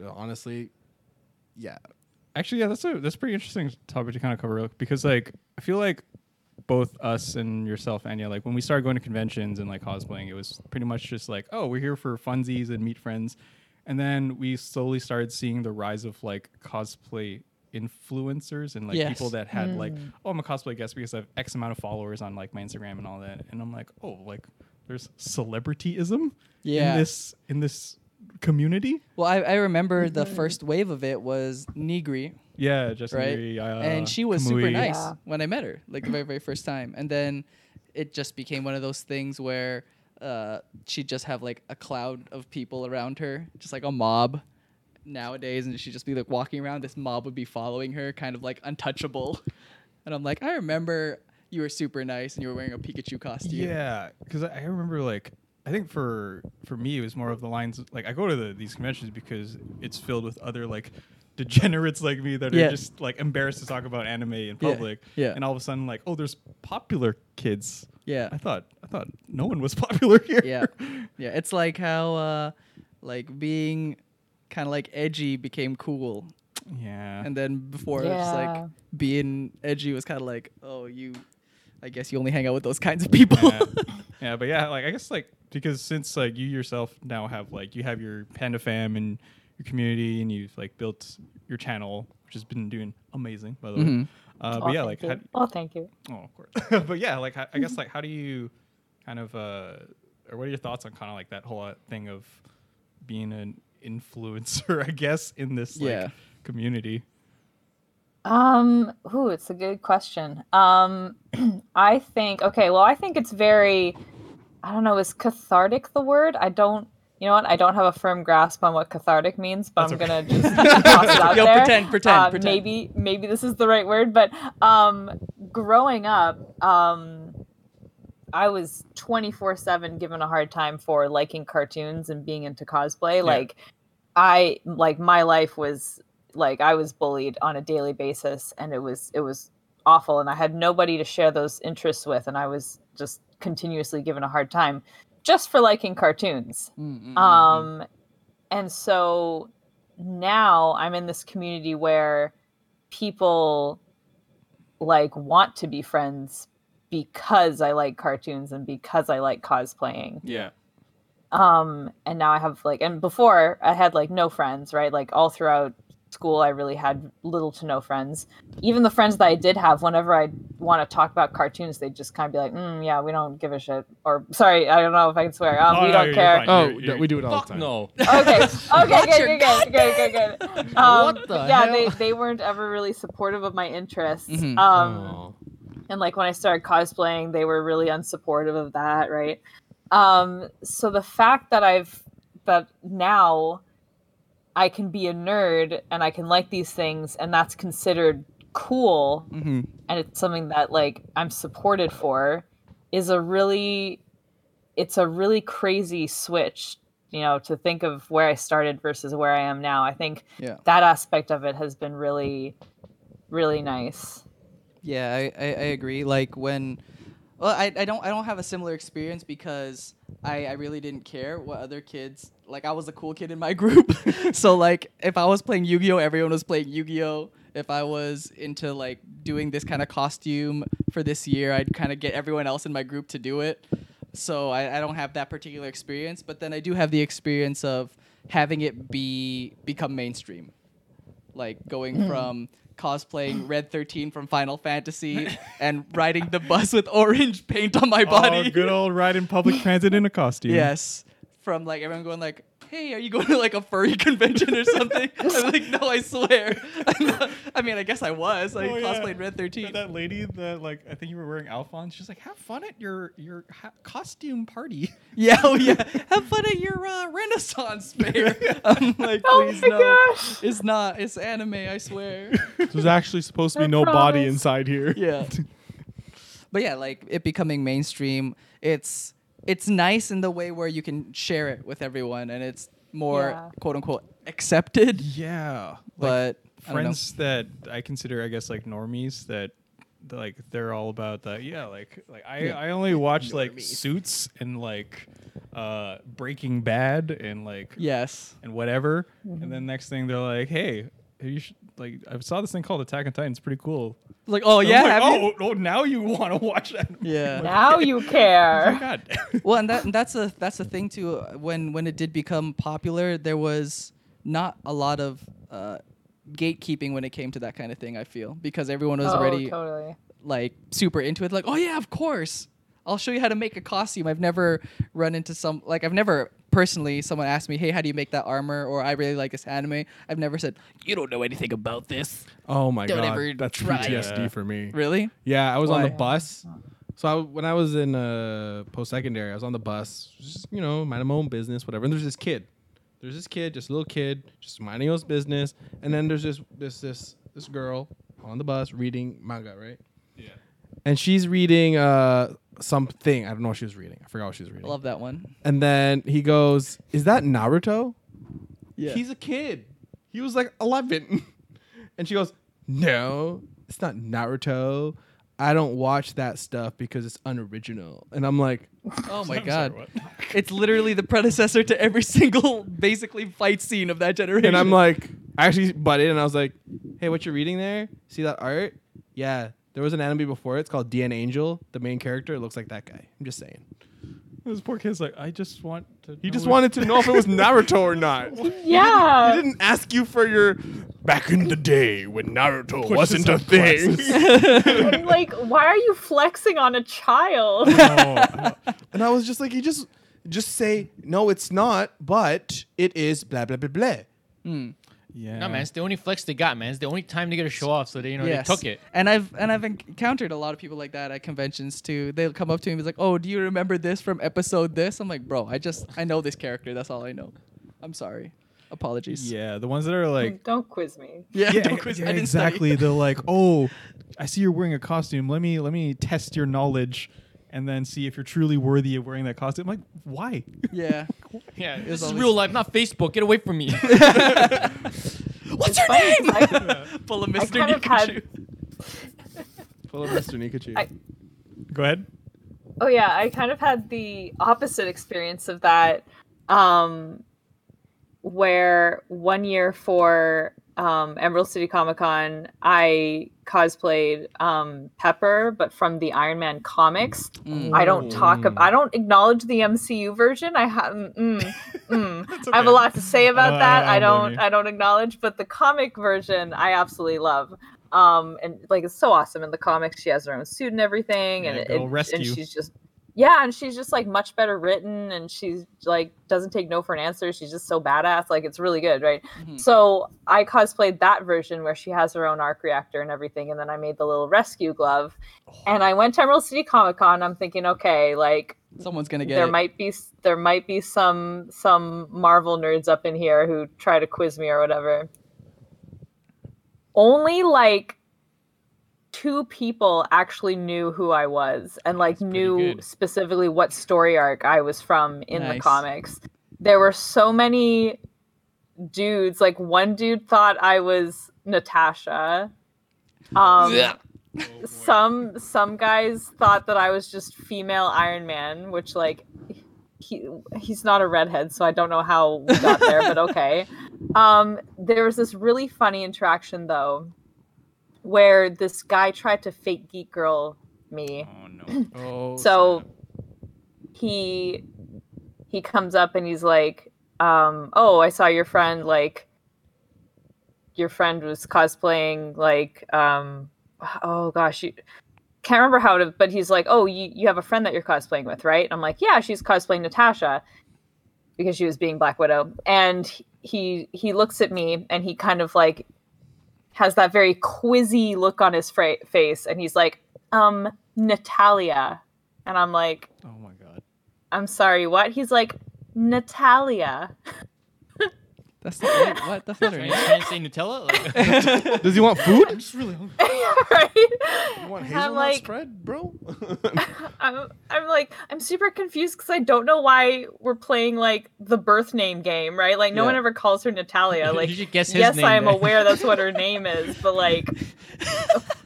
uh, honestly, yeah, Actually, yeah, that's a that's a pretty interesting topic to kind of cover because like I feel like both us and yourself, Anya, like when we started going to conventions and like cosplaying, it was pretty much just like, oh, we're here for funsies and meet friends, and then we slowly started seeing the rise of like cosplay influencers and like Yes. people that had like, oh, I'm a cosplay guest because I have X amount of followers on like my Instagram and all that, and I'm like, oh, like there's celebrityism Yeah. in this in this community. Well, I, I remember the first wave of it was Negri, Yeah, just right? and she was super nice Yeah. when I met her, like the very, very first time. And then it just became one of those things where uh, she'd just have like a cloud of people around her, just like a mob nowadays. And she'd just be like walking around. This mob would be following her, kind of like untouchable. And I'm like, I remember you were super nice and you were wearing a Pikachu costume. Yeah, because I I remember like I think for for me it was more of the lines of- like I go to the, these conventions because it's filled with other like degenerates like me that Yeah. are just like embarrassed to talk about anime in public. yeah. And all of a sudden like oh there's popular kids. Yeah. I thought I thought no one was popular here. yeah yeah it's like how uh like being kind of like edgy became cool yeah. and then before it was just Yeah. like being edgy was kind of like oh you i guess you only hang out with those kinds of people yeah. yeah, but yeah, like I guess like because since like you yourself now have like you have your panda fam and your community and you've like built your channel, which has been doing amazing by the way. Uh, but oh, yeah, thank like you. how, oh, thank you. oh of course, but yeah, like how, I guess like how do you kind of uh or what are your thoughts on kind of like that whole uh, thing of being an influencer, I guess, in this like Yeah. community? Um, ooh, it's a good question. Um, I think okay, well, I think it's very I don't know, is cathartic the word? I don't you know what? I don't have a firm grasp on what cathartic means, but That's I'm okay. gonna just toss it out Yo, there. pretend, pretend, Uh, pretend. Maybe maybe this is the right word, but um, growing up, um, I was twenty four seven given a hard time for liking cartoons and being into cosplay. Like I like my life was like I was bullied on a daily basis, and it was it was awful, and I had nobody to share those interests with, and I was just continuously given a hard time just for liking cartoons. Mm-hmm. Mm, mm, mm, mm. Um, and so now I'm in this community where people like want to be friends because I like cartoons and because I like cosplaying. Yeah. Um, and now I have like, and before I had like no friends, right? Like all throughout school, I really had little to no friends. Even the friends that I did have, whenever I want to talk about cartoons, they'd just kind of be like, mm, "Yeah, we don't give a shit," or "Sorry, I don't know if I can swear. Um, Oh, we no, don't you're care." fine. Oh, You're- no, we do it all the Fuck time. no. okay. Okay. Watch your Good. Good. Good. Good. Good. Good. Um, What the yeah, hell? they they weren't ever really supportive of my interests. Mhm. Um, Oh. and like when I started cosplaying, they were really unsupportive of that, right? Um, so the fact that I've that now I can be a nerd and I can like these things, and that's considered cool, Mm-hmm. Mhm. and it's something that like I'm supported for, is a really, it's a really crazy switch, you know, to think of where I started versus where I am now. I think Yeah. that aspect of it has been really, really nice. Yeah, I, I, I agree. Like when, well, I, I don't I don't have a similar experience because I, I really didn't care what other kids like. I was a cool kid in my group, so like if I was playing Yu Gi Oh, everyone was playing Yu Gi Oh. If I was into like doing this kind of costume for this year, I'd kind of get everyone else in my group to do it. So I, I don't have that particular experience, but then I do have the experience of having it be become mainstream like going from cosplaying Red 13 from Final Fantasy and riding the bus with orange paint on my body. Oh, good old ride in public transit in a costume. Yes. From like everyone going like, "Hey, are you going to like a furry convention or something?" I'm like, "No, I swear." I'm not- I mean, I guess I was. I Oh, yeah. cosplayed Red 13. That lady that like I think you were wearing Alphonse. She's like, "Have fun at your your ha- costume party." Yeah, oh yeah. Have fun at your uh, Renaissance fair. I'm like, Oh please my no. gosh. It's not. It's anime. I swear. There's actually supposed to be I no body promise. inside here. yeah but yeah like it becoming mainstream it's it's nice in the way where you can share it with everyone and it's more Yeah. quote unquote accepted Yeah. but I don't know. friends that I consider, I guess, like normies that they're, like they're all about that. Yeah, like like I, I only watch like Suits and like uh Breaking Bad and like yes and whatever. And then next thing they're like, hey, you should like I saw this thing called Attack on Titan. It's pretty cool. like oh And yeah I'm like, have you? oh, oh, now you want to watch that? yeah Now you care. oh God. well, and that and that's a that's the thing too. uh, When when it did become popular, there was not a lot of uh, gatekeeping when it came to that kind of thing. I feel because everyone was Oh, already totally. like super into it. Like, oh yeah, of course. I'll show you how to make a costume. I've never run into some like I've never personally someone asked me, hey, how do you make that armor? Or I really like this anime. I've never said you don't know anything about this. Oh my Don't god, ever that's try. PTSD Yeah. for me. Really? Yeah, I was on the Why? bus. So I, when I was in uh, post secondary, I was on the bus, just, you know, minding my own business, whatever. And there's this kid. There's this kid, just a little kid, just minding his business. And then there's this this this this girl on the bus reading manga, right? yeah. And she's reading uh something. I don't know what she was reading. I forgot what she was reading. I love that one. And then he goes, "Is that Naruto?" Yeah. He's a kid. He was like 11. And she goes, No, it's not Naruto. I don't watch that stuff because it's unoriginal. And I'm like, oh my I'm god. sorry, what? it's literally the predecessor to every single basically fight scene of that generation. and I'm like, I actually butted in and I was like, Hey, what you reading there? See that art? Yeah, there was an anime before. It's called DN Angel. The main character looks like that guy. I'm just saying. This poor kid's like, I just want to. He know just what- wanted to know if it was Naruto or not. He Yeah. didn't ask you for your back in the day when Naruto Pushes wasn't a up thing. like, why are you flexing on a child? No. And I was just like, you just just say no, it's not, but it is blah blah blah blah. Yeah. No man, it's the only flex they got, man. It's the only time they get to show off, so they you know Yes. they took it. And I've and I've encountered a lot of people like that at conventions too. They'll come up to me and be like, "Oh, do you remember this from episode this?" I'm like, "Bro, I just I know this character. That's all I know. I'm sorry. Apologies." Yeah, the ones that are like Don't quiz me. Yeah, yeah, don't quiz me. yeah, I didn't study. exactly. They're like, oh, I see you're wearing a costume. Let me let me test your knowledge, and then see if you're truly worthy of wearing that costume. I'm like, why? Yeah. Yeah, was this is always- real life, not Facebook. Get away from me. What's your funny, name? I- Full of I Mr. kind of had- Nikachu. Full of Mr. Nikachu. I- Go ahead. Oh yeah, I kind of had the opposite experience of that, um, where one year for um, Emerald City Comic Con, I cosplayed um, Pepper, but from the Iron Man comics. Mm. I don't talk. Mm. Ab- I don't acknowledge the MCU version. I have. Mm, mm. That's I have a okay. lot to say about I- I- that. I I don't blame don't. you. I don't acknowledge, but the comic version, I absolutely love. Um, and like it's so awesome in the comics. She has her own suit and everything, and Yeah, it, good old it- rescue. and she's just yeah, and she's just like much better written, and she's like doesn't take no for an answer. She's just so badass. Like it's really good, right? Mhm. So I cosplayed that version where she has her own arc reactor and everything, and then I made the little rescue glove. Oh. And I went to Emerald City Comic Con. I'm thinking, okay, like Someone's gonna get there it. might be there might be some some Marvel nerds up in here who try to quiz me or whatever. Only like two people actually knew who I was and like pretty knew good. specifically what story arc I was from in the Nice. comics. There were so many dudes. Like one dude thought I was Natasha. Um, Yeah. some some guys thought that I was just female Iron Man, which like he he's not a redhead, so I don't know how we got there, but okay. Um, there was this really funny interaction though, where this guy tried to fake geek girl me Oh no. Oh, so he he comes up and he's like um oh i saw your friend like your friend was cosplaying like um oh gosh you can't remember how to but he's like oh you, you have a friend that you're cosplaying with right i'm like yeah she's cosplaying natasha because she was being black widow and he he looks at me and he kind of like has that very quizzy look on his fra- face and he's like um natalia and i'm like Oh my god. I'm sorry, what? He's like, Natalia. That's not wait, what? That's not her Trying name. to say Nutella? Like, Does he want food? just really hungry. right? You want I'm hazelnut like- spread, bro? I'm, I'm like, I'm super confused because I don't know why we're playing like the birth name game, right? Like, no one Yeah. ever calls her Natalia. Like, you should guess his yes, name. I am then. aware that's what her name is, but like,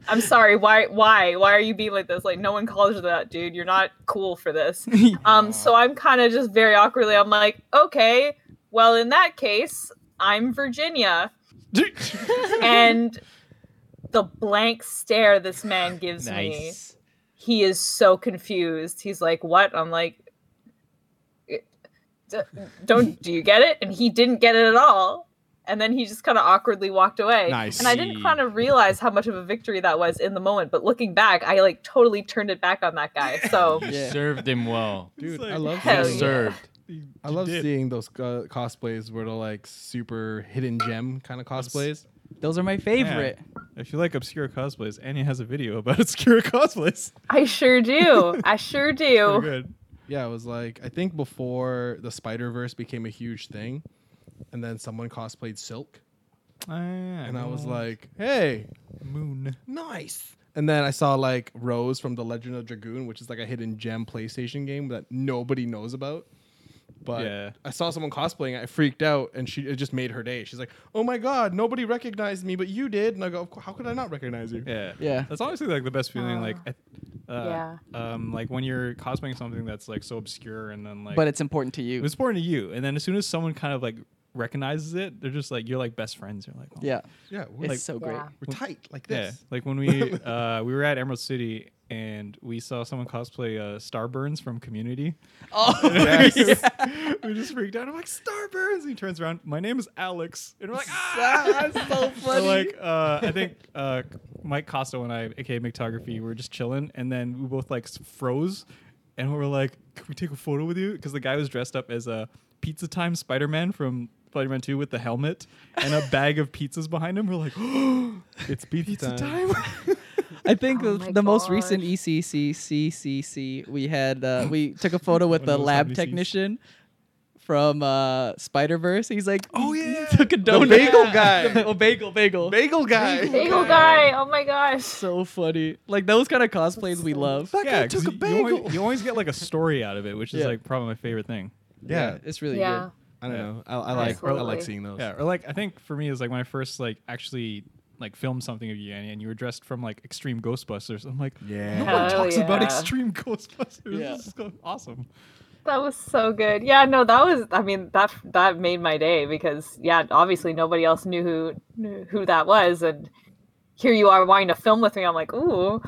I'm sorry, why, why, why are you being like this? Like, no one calls her that, dude. You're not cool for this. Um, so I'm kind of just very awkwardly, I'm like, okay, well, in that case, I'm Virginia. and the blank stare this man gives me Nice. he is so confused he's like what i'm like "It- d- don't do you get it and he didn't get it at all and then he just kind of awkwardly walked away Nice. and i didn't kind of realize how much of a victory that was in the moment but looking back i like totally turned it back on that guy so You Yeah. served him well. Dude, like- I love Hell you yeah. seeing- served. You- I you love did. seeing those uh, cosplays where they're like super hidden gem kind of cosplays. Those are my favorite. If you like obscure cosplays, Annie has a video about obscure cosplays. i sure do i sure Oh. Pretty do good. Yeah, it was like I think before the Spider Verse became a huge thing, and then someone cosplayed Silk, Ah, yeah, and I was well, like, hey, Moon. nice. And then I saw like Rose from The Legend of Dragoon, which is like a hidden gem PlayStation game that nobody knows about. But Yeah. I saw someone cosplaying, I freaked out, and she it just made her day. She's like, "Oh my god, nobody recognized me, but you did." And I go, "How could I not recognize you?" Yeah. Yeah. Ah. That's honestly like the best feeling. like, I- uh, Yeah. Um, like when you're cosplaying something that's like so obscure, and then like But it's important to you. it was important to you, and then as soon as someone kind of like recognizes it, they're just like you're like best friends. You're like, oh, yeah. Yeah, we're It's like so Yeah. great. we're tight like yeah. this. Like when we uh we were at Emerald City and we saw someone cosplay uh, Starburns from Community. Oh, Yes. yeah. we just freaked out. I'm like Starburns. And he turns around. My name is Alex. And we're like, ah. That's so So, funny. like uh, I think uh, Mike Costa and I, aka Mictography, we were just chilling, and then we both like s- froze, and we were like, "Can we take a photo with you?" Because the guy was dressed up as a Pizza Time Spider Man from Spider-Man 2 with the helmet and a bag of pizzas behind him. We're like, It's pizza, pizza time. time. I think Oh the, my the most gosh. recent E ECCCCC we had uh, we took a photo with One of the those lab IBCs. technician from uh, Spider Verse. He's like, Oh, he- he yeah. took a donut. bagel guy. The- oh, bagel, bagel. Bagel guy. Bagel guy. Oh my gosh. so funny. Like those kind of cosplays we love. That guy took 'cause you- a You bagel. always, you always get like a story out of it, which is Yeah. like probably my favorite thing. Yeah, it's really yeah. I don't Yeah. know. I, I like I like Absolutely. seeing those. Yeah, or like I think for me is like when I first like actually like filmed something of you and, and you were dressed from like Extreme Ghostbusters. I'm like, Yeah. no one Hell talks about yeah. Extreme Ghostbusters. Yeah. This is go- awesome. That was so good. Yeah, no, that was. I mean, that that made my day because yeah, obviously nobody else knew who knew who that was, and here you are wanting to film with me. I'm like, ooh,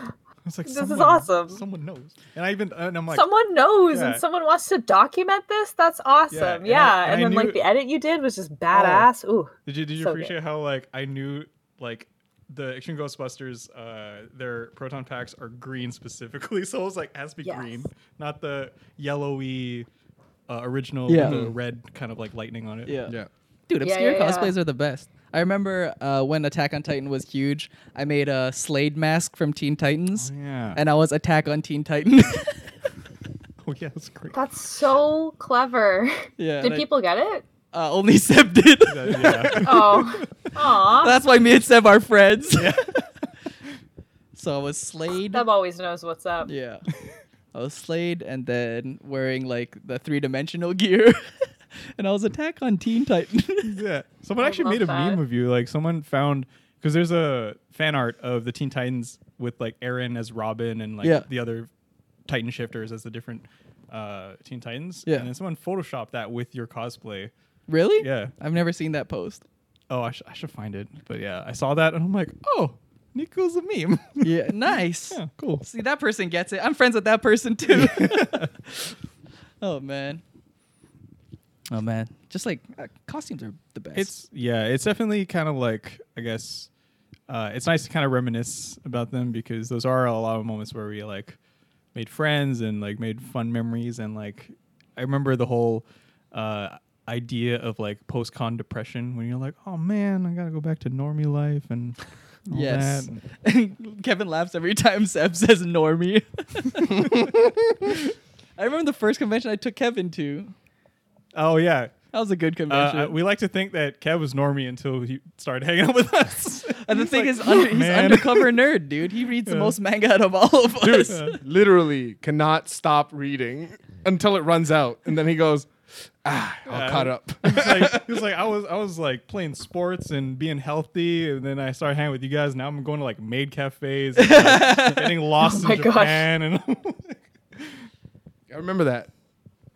It's like This is someone, awesome. Someone knows, and I even and I'm like, someone knows, yeah. and someone wants to document this. That's awesome. and I- Yeah, and and, I then knew- like the edit you did was just badass. ooh, did you did you so good. appreciate how like I knew like the Extreme Ghostbusters uh their proton packs are green specifically, so it was like has to be Yes. green, not the yellowy. Uh, original Yeah. with the red kind of like lightning on it. Yeah. Yeah. Dude, Yeah, obscure yeah, yeah. cosplays are the best. I remember uh, when Attack on Titan was huge. I made a Slade mask from Teen Titans, Oh, Yeah. and I was Attack on Teen Titan. oh yeah, that's great. that's so clever. yeah, did and I- people get it? uh, only Seb did. That- yeah. Oh, aw. That's why me and Seb are friends. so I was Slade. Deb always knows what's up. Yeah. I was Slade and then wearing like the three dimensional gear. and I was Attack on Teen Titan. Yeah. Someone I actually love made a that. meme of you. Like someone found because there's a fan art of the Teen Titans with like Aaron as Robin and like Yeah. the other Titan shifters as the different uh Teen Titans. Yeah. And then someone photoshopped that with your cosplay. really? Yeah. I've never seen that post. Oh, I, sh- I should find it. But yeah, I saw that and I'm like, oh, Nico's a meme. Yeah. Nice. yeah, cool. See, that person gets it. I'm friends with that person too. oh, man. Oh, man. Just like uh, costumes are the best. It's yeah, it's definitely kind of like I guess uh, it's nice to kind of reminisce about them because those are a lot of moments where we like made friends and like made fun memories and like I remember the whole uh, idea of like post con depression when you're like, oh man, I gotta go back to normie life and all Yes. that." Kevin laughs every time Seb says normie. I remember the first convention I took Kevin to. Oh yeah. That was a good Uh, convention. I- we like to think that Kev was normie until he started hanging out with us. and the He's thing like, is, under, he's "Man." undercover nerd, dude. He reads the Yeah. most manga out of all of us. Yeah. Literally cannot stop reading until it runs out, and then he goes, "Ah, all Yeah. caught up." He was like, he was like, I was, I was like playing sports and being healthy, and then I started hanging with you guys. Now I'm going to like maid cafes, and, like, getting lost Oh my in gosh. Japan, and I remember that.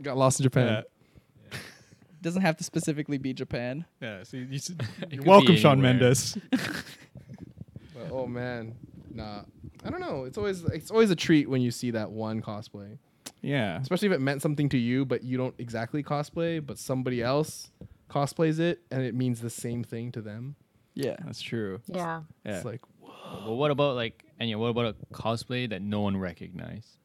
Got lost in yeah, Japan. Doesn't have to specifically be Japan. yeah. So you, you should- could be welcome, Sean anywhere. Mendes. But, oh man, nah. I don't know. It's always it's always a treat when you see that one cosplay, Yeah, especially if it meant something to you, but you don't exactly cosplay, but somebody else cosplays it, and it means the same thing to them. Yeah. that's true. Yeah. Yeah. It's like, Well, what about like, and yeah, what about a cosplay that no one recognized?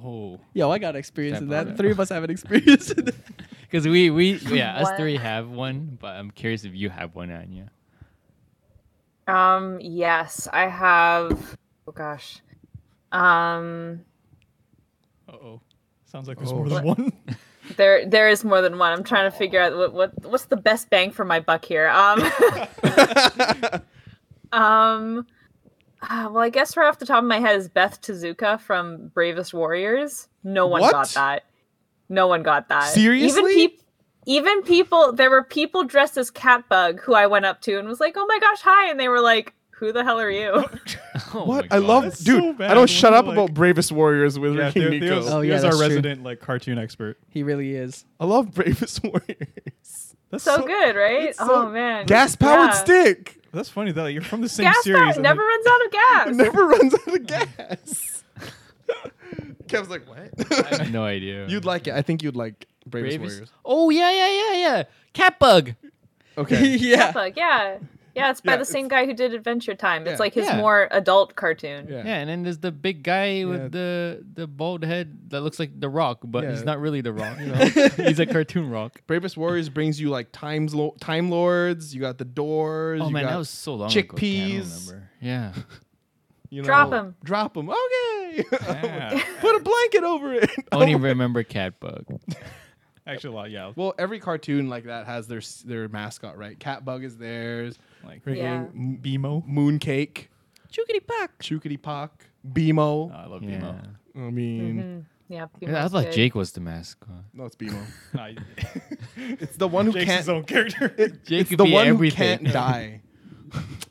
Oh, Yo, I got experience in Step on that. it. Three of us haven't experienced it. Because we, we, yeah, us What? three have one, but I'm curious if you have one, Anya. Um, yes, I have. Oh gosh. Um, uh oh. Sounds like there's Oh. more than one. there there is more than one. I'm trying to figure out what, what what's the best bang for my buck here. Um, um, ah, well, I guess right off the top of my head is Beth Tezuka from Bravest Warriors. No one What? got that. No one got that. Seriously? Even people. Even people, there were people dressed as Catbug who I went up to and was like, "Oh my gosh, hi!" and they were like, "Who the hell are you?" Oh what? my I God. love, That's dude. so I bad. don't shut What up the, about like- Bravest Warriors with yeah, Ricky Theo, Nico. Theo's, Oh, yeah, Theo's that's our true. resident like cartoon expert. He really is. I love Bravest Warriors. That's so, good, right? it's so- oh man, Gas powered Yeah. stick. That's funny though. You're from the same Gas series. powered and, never like, runs out of gas. It never runs out of gas. Kev's like, I have what? no idea. you'd like it. I think you'd like Bravest, Bravest- Warriors. Oh yeah, yeah, yeah, yeah. Catbug. Okay. yeah. Fuck, yeah. Yeah, it's by Yeah, the it's- same guy who did Adventure Time. Yeah. It's like his Yeah. more adult cartoon. Yeah. Yeah, and then there's the big guy Yeah. with the the bald head that looks like the Rock, but Yeah. he's not really the Rock. You know? he's a cartoon Rock. Bravest Warriors brings you like times lo- time lords. You got the doors. Oh you man, got, that was so long. ago. Damn, I don't chickpeas. remember. Yeah. you know, Drop 'em. Drop them. Okay. Yeah. Put a blanket over it. Only remember Catbug. Actually, a lot. Yeah. Well, every cartoon like that has their s- their mascot, right? Catbug is theirs. Like Freaking Yeah. M- BMO. Mooncake, Chookity pack. Chookity Pock, Beemo. Oh, I love Yeah. BMO. I mean, Yeah, Beamer's Yeah, I thought good. Jake was the mascot. Mm-hmm. no, it's Beemo. Nah, It's the one who Jake's can't. his own character. Jake it's could the be one everything. who can't die.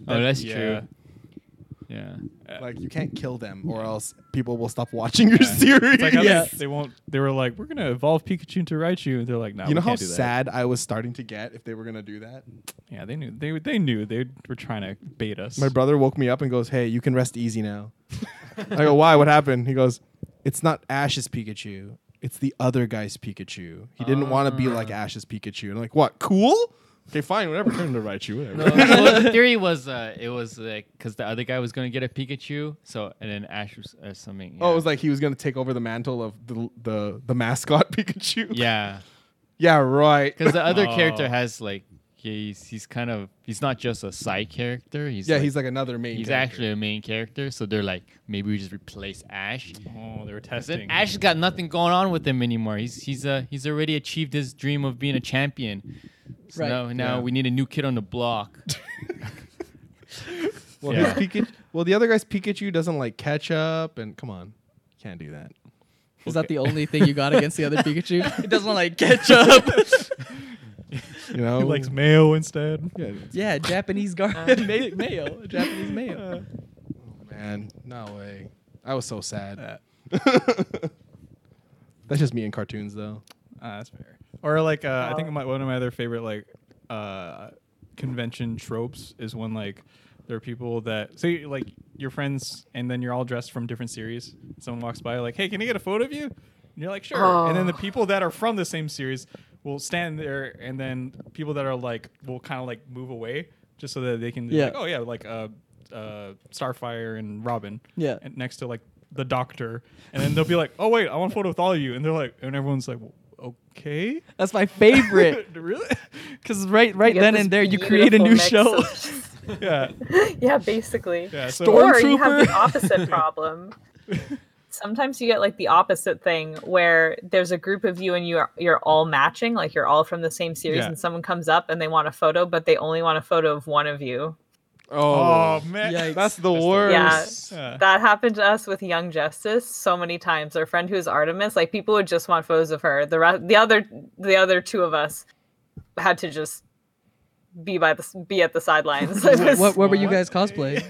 Oh, that's Yeah. true. Yeah. Like you can't kill them, or else people will stop watching your Yeah. series. It's like "Oh, how they- they won't. They were like, "We're gonna evolve Pikachu into Raichu," and they're like, "No, You know we how can't do that." sad I was starting to get if they were gonna do that. Yeah, they knew. They they knew they were trying to bait us. My brother woke me up and goes, "Hey, you can rest easy now." I go, "Why? What happened?" He goes, "It's not Ash's Pikachu. It's the other guy's Pikachu. He didn't want to Ah. be like Ash's Pikachu." And I'm like, "What? Cool? Okay, fine. Whatever. Turn to Raichu. Whatever." No, well, the theory was uh, it was like because the other guy was gonna get a Pikachu, so and then Ash was or something. Oh, it yeah. was like he was gonna take over the mantle of the the, the mascot Pikachu. yeah, yeah, right. because the other character Oh. has like he's he's kind of he's not just a side character. He's yeah, like, he's like another main. he's character. actually a main character. So they're like maybe we just replace Ash. Oh, they were 'Cause Then testing. Ash has got nothing going on with him anymore. He's he's uh he's already achieved his dream of being a champion. So Right. now, now Yeah. we need a new kid on the block. Well, Yeah. his Pikachu, well, the other guy's Pikachu doesn't like ketchup, and come on, can't do that. Is that the only thing you got against the other Pikachu? It doesn't like ketchup. You know, he likes mayo instead. yeah, yeah, Japanese gar- ma- mayo. Japanese mayo. man, no way. I was so sad. That's just me in cartoons, though. Ah, that's fair. Or like, uh, I think my, one of my other favorite like uh, convention tropes is when like there are people that say like your friends, and then you're all dressed from different series. Someone walks by like, "Hey, can I get a photo of you?" And you're like, "Sure." And then the people that are from the same series will stand there, and then people that are like will kind of like move away just so that they can. Yeah. Yeah. Like, oh yeah, like uh, uh, Starfire and Robin. Yeah. And next to like the doctor, and then they'll be like, "Oh wait, I want a photo with all of you," and they're like, and everyone's like, "Okay." That's my favorite. really? Because right, right You get then this and there, you create a beautiful new mix show. of- Yeah. yeah, basically. Yeah. So Story- Or you have Stormtrooper. the opposite problem. Sometimes you get like the opposite thing where there's a group of you and you are you're all matching, like you're all from the same series, Yeah. and someone comes up and they want a photo, but they only want a photo of one of you. oh man. Yikes. that's the Yeah. worst. Yeah. That happened to us with Young Justice so many times. Our friend who's Artemis, like people would just want photos of her. The re- the other the other two of us had to just be by the s- be at the sidelines. It was- what, what were you guys cosplaying?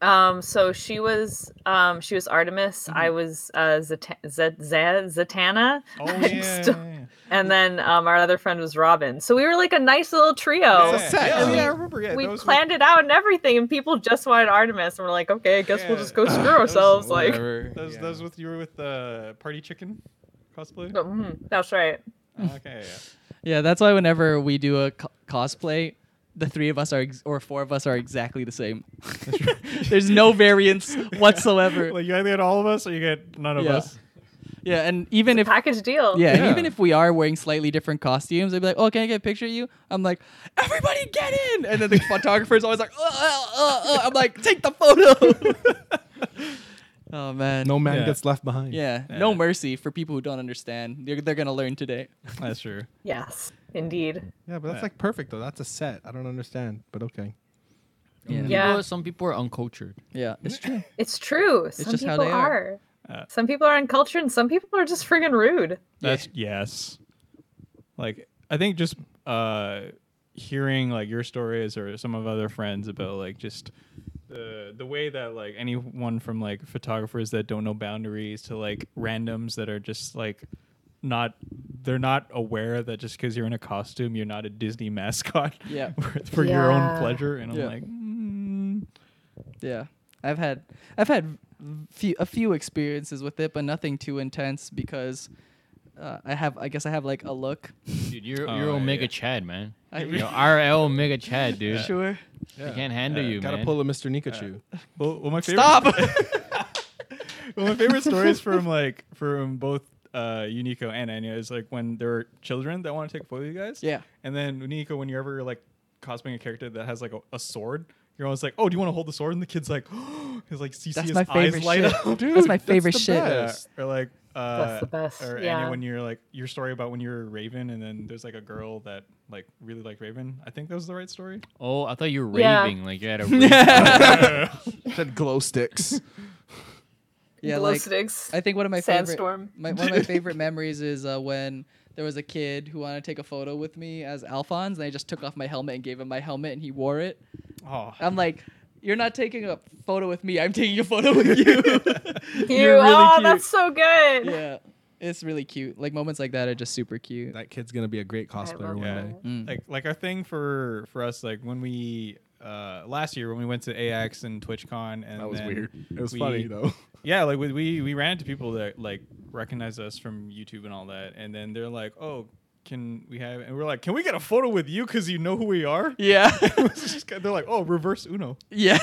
um, so she was um she was Artemis. I was uh Zeta- Z- Z- Zatanna, Oh I'm yeah. still- yeah, and then um our other friend was Robin. So we were like a nice little yeah. trio. It's a set. Yeah, I mean, yeah, I remember. Yeah, We those were- planned it out and everything, and people just wanted Artemis, and we're like, okay, I guess we'll Yeah. just go screw That was- ourselves. like, Whatever. Those Yeah. those with you were with the party chicken cosplay. But, mhm, that's right. Ah, okay. Yeah. Yeah, that's why whenever we do a co- cosplay, the three of us are ex- or four of us are exactly the same. There's no variance whatsoever. Like you either get all of us or you get none of Yeah. us. Yeah, and even if Package deal. yeah, and Yeah. even if we are wearing slightly different costumes, they'd be like, "Oh, can I get a picture of you?" I'm like, "Everybody get in!" And then the photographer is always like, "Uh, uh, uh, uh." I'm like, "Take the photo." oh man. No man Yeah. gets left behind. Yeah, no mercy for people who don't understand. They're, they're gonna learn today. That's true. Yes, indeed. yeah, but that's Yeah. like perfect though. That's a set. I don't understand, but okay. Yeah, Some Yeah. people- some people are uncultured. yeah, it's true. It's true. some just how people they are. are. Uh, some people are uncultured and some people are just friggin' rude. That's yes. Like I think just uh hearing like your stories or some of other friends about like just the the way that like anyone from like photographers that don't know boundaries to like randoms that are just like not they're not aware that just because you're in a costume you're not a Disney mascot Yeah. for your own Yeah. pleasure and I'm Yeah. like mm, Yeah, I've had I've had few, a few experiences with it, but nothing too intense because uh, I have I guess I have like a look. Dude, you're Oh, you're yeah, Omega yeah. Chad, man. I- You're RL Omega Chad, dude. Sure. I can't handle you, Gotta man. pull a Mr. Nikachu. Well, well, my favorite, Stop. well, my favorite stories from like from both uh, Unico and Anya is like when there are children that want to take a photo of you guys. Yeah. And then Unico, when you're ever like cosplaying a character that has like a, a sword, you're always like, "Oh, do you want to hold the sword?" And the kid's like, "He's like, see, see That's his my eyes favorite light shit. up." that's my favorite the shit. Yeah, Yes. or like uh, the best, Or yeah. Anya, when you're like your story about when you're Raven, and then there's like a girl that like really liked Raven. I think that was the right story. Oh, I thought you were Yeah. raving like you had a rave. Said glow sticks. Yeah, Glow like sticks. I think one of my Sandstorm. favorite my, one of my favorite memories is uh, when there was a kid who wanted to take a photo with me as Alphonse, and I just took off my helmet and gave him my helmet, and he wore it. Oh, I'm like, you're not taking a photo with me. I'm taking a photo with you. you. You're really oh, cute. that's so good. yeah, it's really cute. Like moments like that are just super cute. that kid's gonna be a great cosplayer love one that. day. Mm. like like our thing for for us like when we uh last year when we went to AX and TwitchCon and That was then weird. It was we- funny though. Yeah, like we, we we ran into people that like recognized us from YouTube and all that, and then they're like, "Oh, can we have?" And we're like, "Can we get a photo with you? Because you know who we are." Yeah. It's just kind- they're like, "Oh, reverse Uno." Yeah.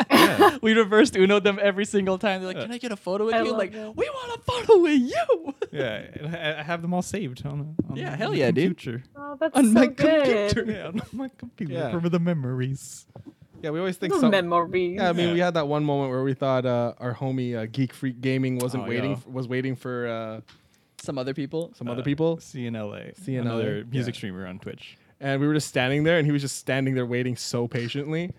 we reversed Uno them every single time. They're like, can I get a photo with I you? love Like, that. we want a photo with you. Yeah, and I, I have them all saved on, on Yeah, on hell the yeah, dude. computer. Oh, that's On so my good. computer. Yeah, on my computer. Yeah. Remember the memories. Yeah, we always think The some. memories. Yeah, I mean, Yeah. we had that one moment where we thought uh, our homie uh, Geek Freak Gaming wasn't Oh, waiting yeah. f- was waiting for uh, Some other people. some Uh, other people, CNLA, CNLA, another music yeah. streamer on Twitch. and we were just standing there, and he was just standing there waiting so patiently,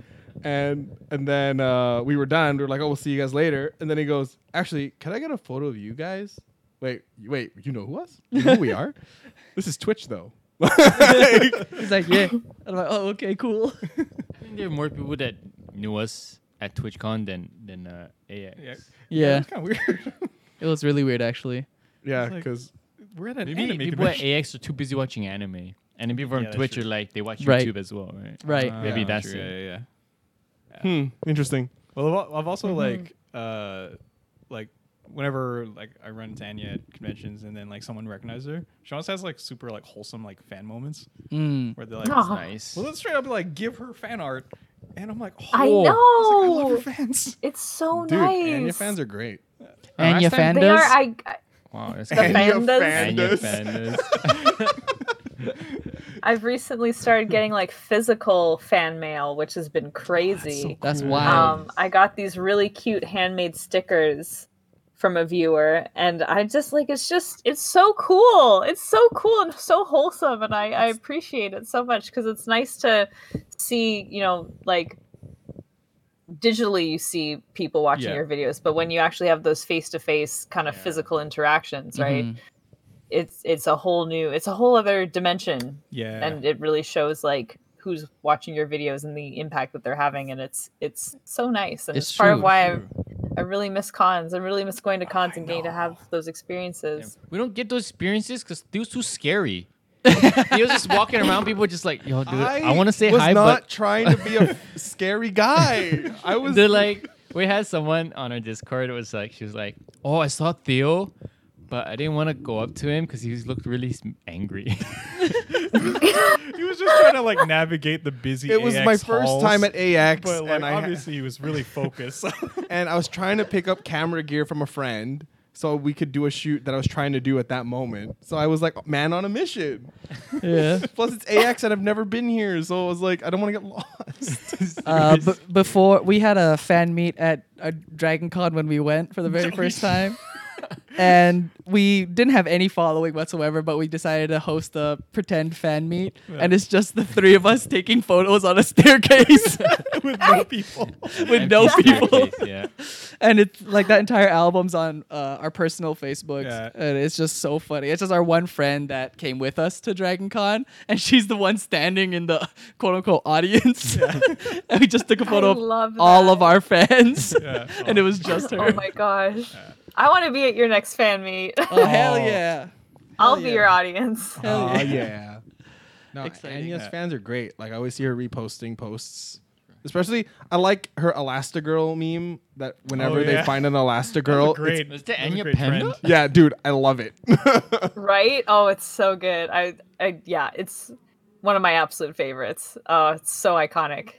and and then uh, we were done. We were like, "Oh, we'll see you guys later," and then he goes, "Actually, can I get a photo of you guys?" Wait, wait, you know who us? You know who we are? This is Twitch though. He's like, yeah. And I'm like, oh, okay, cool. I think there are more people that knew us at TwitchCon than than uh, AX. Yeah, Yeah. it's kind of weird. It was really weird, actually. yeah, It's like- because We're at an Maybe anime people at convention. AX are too busy watching anime, and then people on Yeah, that's Twitch true. are like they watch Right. YouTube as well, right? Right. Uh, Maybe yeah, that's true. it. Yeah, yeah, yeah. hmm, interesting. Well, I've al- I've also like uh like whenever like I run into Anya at conventions and then like someone recognizes her, she always has like super like wholesome like fan moments Mm. where they're like, Aw. Nice. well, let's straight up like give her fan art, and I'm like, oh, I was like, I love know. her fans. It's so Dude, nice. and your fans are great. And your time- fandas. They are. I. I wow, that's the great. fan- fandas. fan- Fandas. Anya I've recently started getting like physical fan mail, which has been crazy. That's cool. wild. um, I got these really cute handmade stickers from a viewer, and I just like it's just it's so cool. It's so cool and so wholesome, and I, I appreciate it so much because it's nice to see you know like digitally you see people watching Yeah. your videos, but when you actually have those face to face kind of physical interactions, right? Mhm. It's it's a whole new it's a whole other dimension Yeah, and it really shows like who's watching your videos and the impact that they're having and it's it's so nice and it's, It's part of true, why I, I really miss cons i really miss going to Oh, cons and getting to have those Damn. experiences We don't get those experiences because it was too scary. he was just walking around, people were just like, yo, dude, I, want to say was hi, not but trying to be a f- scary guy. I was they're like, we had someone on our Discord. It was like, she was like, oh, I saw Theo, but I didn't want to go up to him because he looked really s- angry. he was just trying to like navigate the busy. It was AX my first halls, time at AX, but like and I obviously he was really focused. and I was trying to pick up camera gear from a friend so we could do a shoot that I was trying to do at that moment. So I was like, man on a mission. Yeah. Plus, it's AX, and I've never been here, so I was like, I don't want to get lost. Uh, b- before we had a fan meet at a Dragon Con when we went for the very first time, and we didn't have any following whatsoever. But we decided to host a pretend fan meet, and it's just the three of us taking photos on a staircase with no people, with no Empty people, staircase, yeah. and it's like that entire album's on uh, our personal Facebooks, Yeah. and it's just so funny. It's just our one friend that came with us to Dragon Con, and she's the one standing in the quote unquote audience, and we just took a photo of love all that. of our fans, Yeah. and it was just her. oh my gosh i want to be at your next fan meet Oh, hell yeah! i'll hell be yeah. Oh. your audience Hell Oh, Aw, yeah. yeah. No, E Exciting. Anya's Yeah. fans are great. Like I always see her reposting posts Especially, I like her Elastigirl meme. That whenever Oh, yeah. they find an Elastigirl, it's- Great. Was there That was a Enya great Panda? trend. yeah, dude, I love it. right? Oh, it's so good. I, I yeah, it's one of my absolute favorites. Uh, it's so iconic.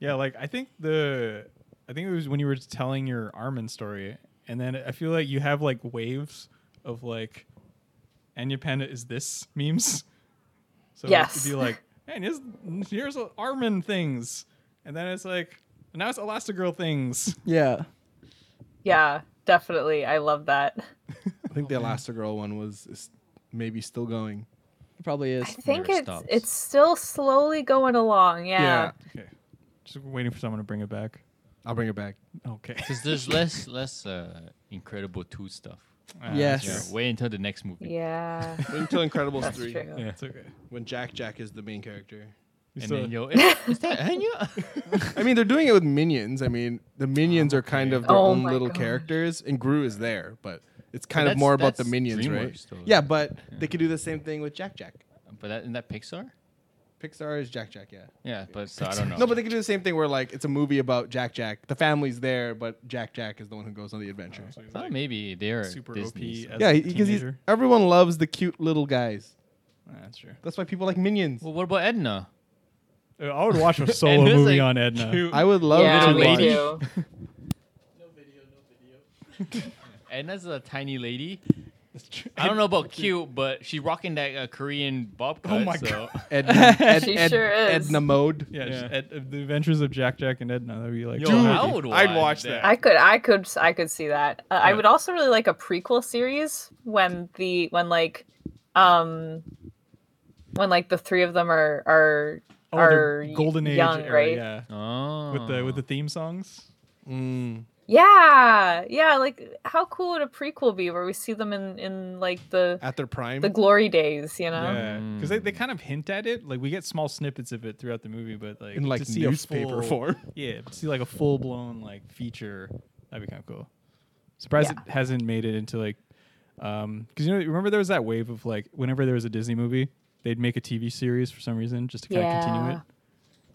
Yeah, like I think the I think it was when you were telling your Armin story, and then I feel like you have like waves of like Anya Panda is this memes. So Yes. it'd be like, man, here's, here's Armin things. And then it's like now it's Elastigirl things. Yeah. Yeah, definitely. I love that. I think the Elastigirl one was is maybe still going. It probably I is. think Never it's stops. it's still slowly going along. Yeah. Okay. Just waiting for someone to bring it back. I'll bring it back. Okay. Because there's less less uh, Incredible Two stuff. Ah, Yes. Yeah, that's wait until the next movie. Yeah. Wait until Incredibles That's three, true. right. Yeah, it's okay. when Jack Jack is the main character. You And still- then yo, is, is that Enya? I mean, they're doing it with minions. I mean, the minions are kind of their Oh own my little gosh. characters, and Gru is there, but it's kind of that's- more about the that's minions, right? DreamWorks, though, yeah, isn't it? but they could do the same thing with Jack Jack. but that, isn't that Pixar? Pixar is Jack Jack, yeah. Yeah, but so I don't know. No, but they could do the same thing where like it's a movie about Jack Jack. The family's there, but Jack Jack is the one who goes on the adventure. so he's, I thought like, maybe they're super Disney, OP so- as yeah, a because teenager. everyone loves the cute little guys. Ah, That's true. That's why people like minions. Well, what about Edna? Uh, I would watch a solo Edna's, movie like, on Edna. cute. I would love yeah, to me watch. too. Edna's a tiny lady. I don't know about cute, but she's rocking that uh, Korean bob cut. Oh my so. God. Edna, Ed, She Ed- sure is. Edna mode. Yeah, just Yeah. Ed, uh, the Adventures of Jack, Jack, and Edna. That'd be like, Yo, so I happy. would I'd watch I could, I could, I could see that. Uh, I Yeah. would also really like a prequel series when the when like, um, when like the three of them are are Oh, are the y- golden age young, era, right? yeah, Oh. with the with the theme songs. Mm. Yeah, yeah. Like, how cool would a prequel be where we see them in in like the At their prime. the glory days? You know? Yeah, because they, they Mm. kind of hint at it. Like we get small snippets of it throughout the movie, but like in like to see a newspaper full- form. Yeah, to see like a full blown like feature. That'd be kind of cool. Surprised Yeah. it hasn't made it into like, um, because you know remember there was that wave of like whenever there was a Disney movie, they'd make a TV series for some reason just to kind of continue Yeah. it.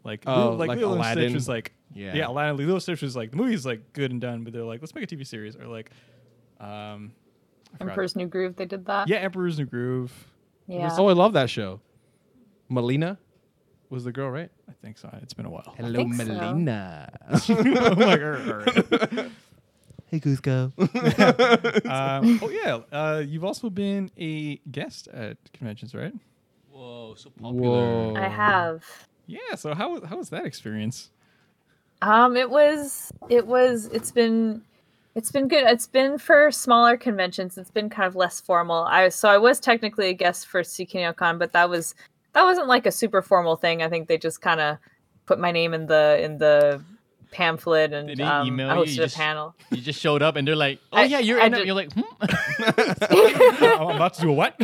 Like, Oh, Lilo- like, like Lilo and Stitch Aladdin. was like, yeah, Yeah. yeah Aladdin, Lilo and Stitch was like the movie's like good and done, but they're like let's make a TV series or like, um, I forgot. Emperor's New Groove. They did that. yeah, Emperor's New Groove. Yeah. Oh, I love that show. Melina was the girl, right? I think so. It's been a while. Hello, think so. I'm like, "Er, er, er." Hey, Cusco. um, oh yeah, uh, you've also been a guest at conventions, right? Whoa, so popular. Whoa. I have. Yeah. So how how was that experience? Um, it was, it was, it's been, it's been good. It's been for smaller conventions. It's been kind of less formal. I so I was technically a guest for CKNeoCon, but that was that wasn't like a super formal thing. I think they just kind of put my name in the in the pamphlet and Did they um, email I you? You hosted a just- panel. You just showed up and they're like, oh I- yeah, you're I Edna. did- You're like, hmm? I'm about to do a what?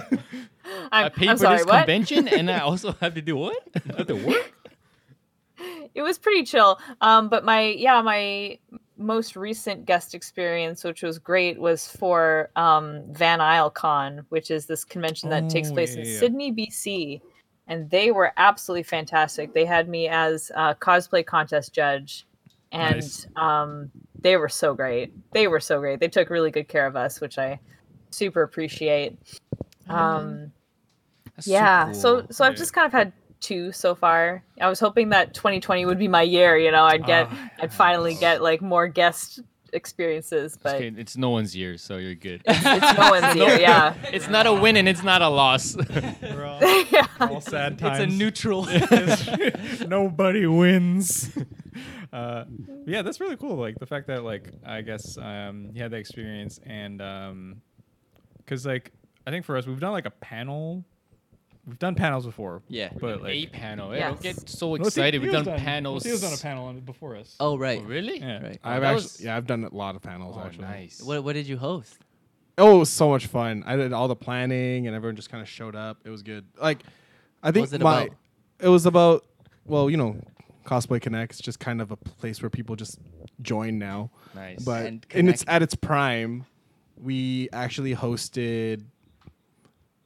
I'm, I paid I'm for sorry, this what? convention and I also have to do what? I have to work? it was pretty chill. Um, but my yeah, my most recent guest experience, which was great, was for um, Van Isle Con, which is this convention that takes Oh, place yeah, in yeah, yeah. Sydney, BC, and they were absolutely fantastic. They had me as a cosplay contest judge, and Nice. um, they were so great. They were so great. They took really good care of us, which I super appreciate. Mm-hmm. Um, yeah so so i've Yeah. just kind of had two so far i was hoping that 2020 would be my year you know i'd get Ah, i'd finally get like more guest experiences but okay, it's no one's year, so you're good. it's no one's year yeah it's not a win and it's not a loss. it's We're all, yeah all sad times. a neutral. Nobody wins. Uh, yeah, that's really cool. Like the fact that like I guess um, you had that experience and um, because like I think for us we've done like a panel, we've done panels before. Yeah. but a like panel. Yes. Yeah, Don't get so No, Theo- excited. We've Theo's done, panels. Theo's done a panel on it before us. Oh Oh, right. really? yeah. Uh, Right. I've That actually, was- yeah, I've done a lot of panels Oh, actually. nice. What, what did you host? Oh, it was so much fun. I did all the planning, and everyone just kind of showed up. It was good. Like, I think was it my, about? it was about, well, you know, cosplay connects, just kind of a place where people just join now. Nice. but And and it's connect. at its prime we actually hosted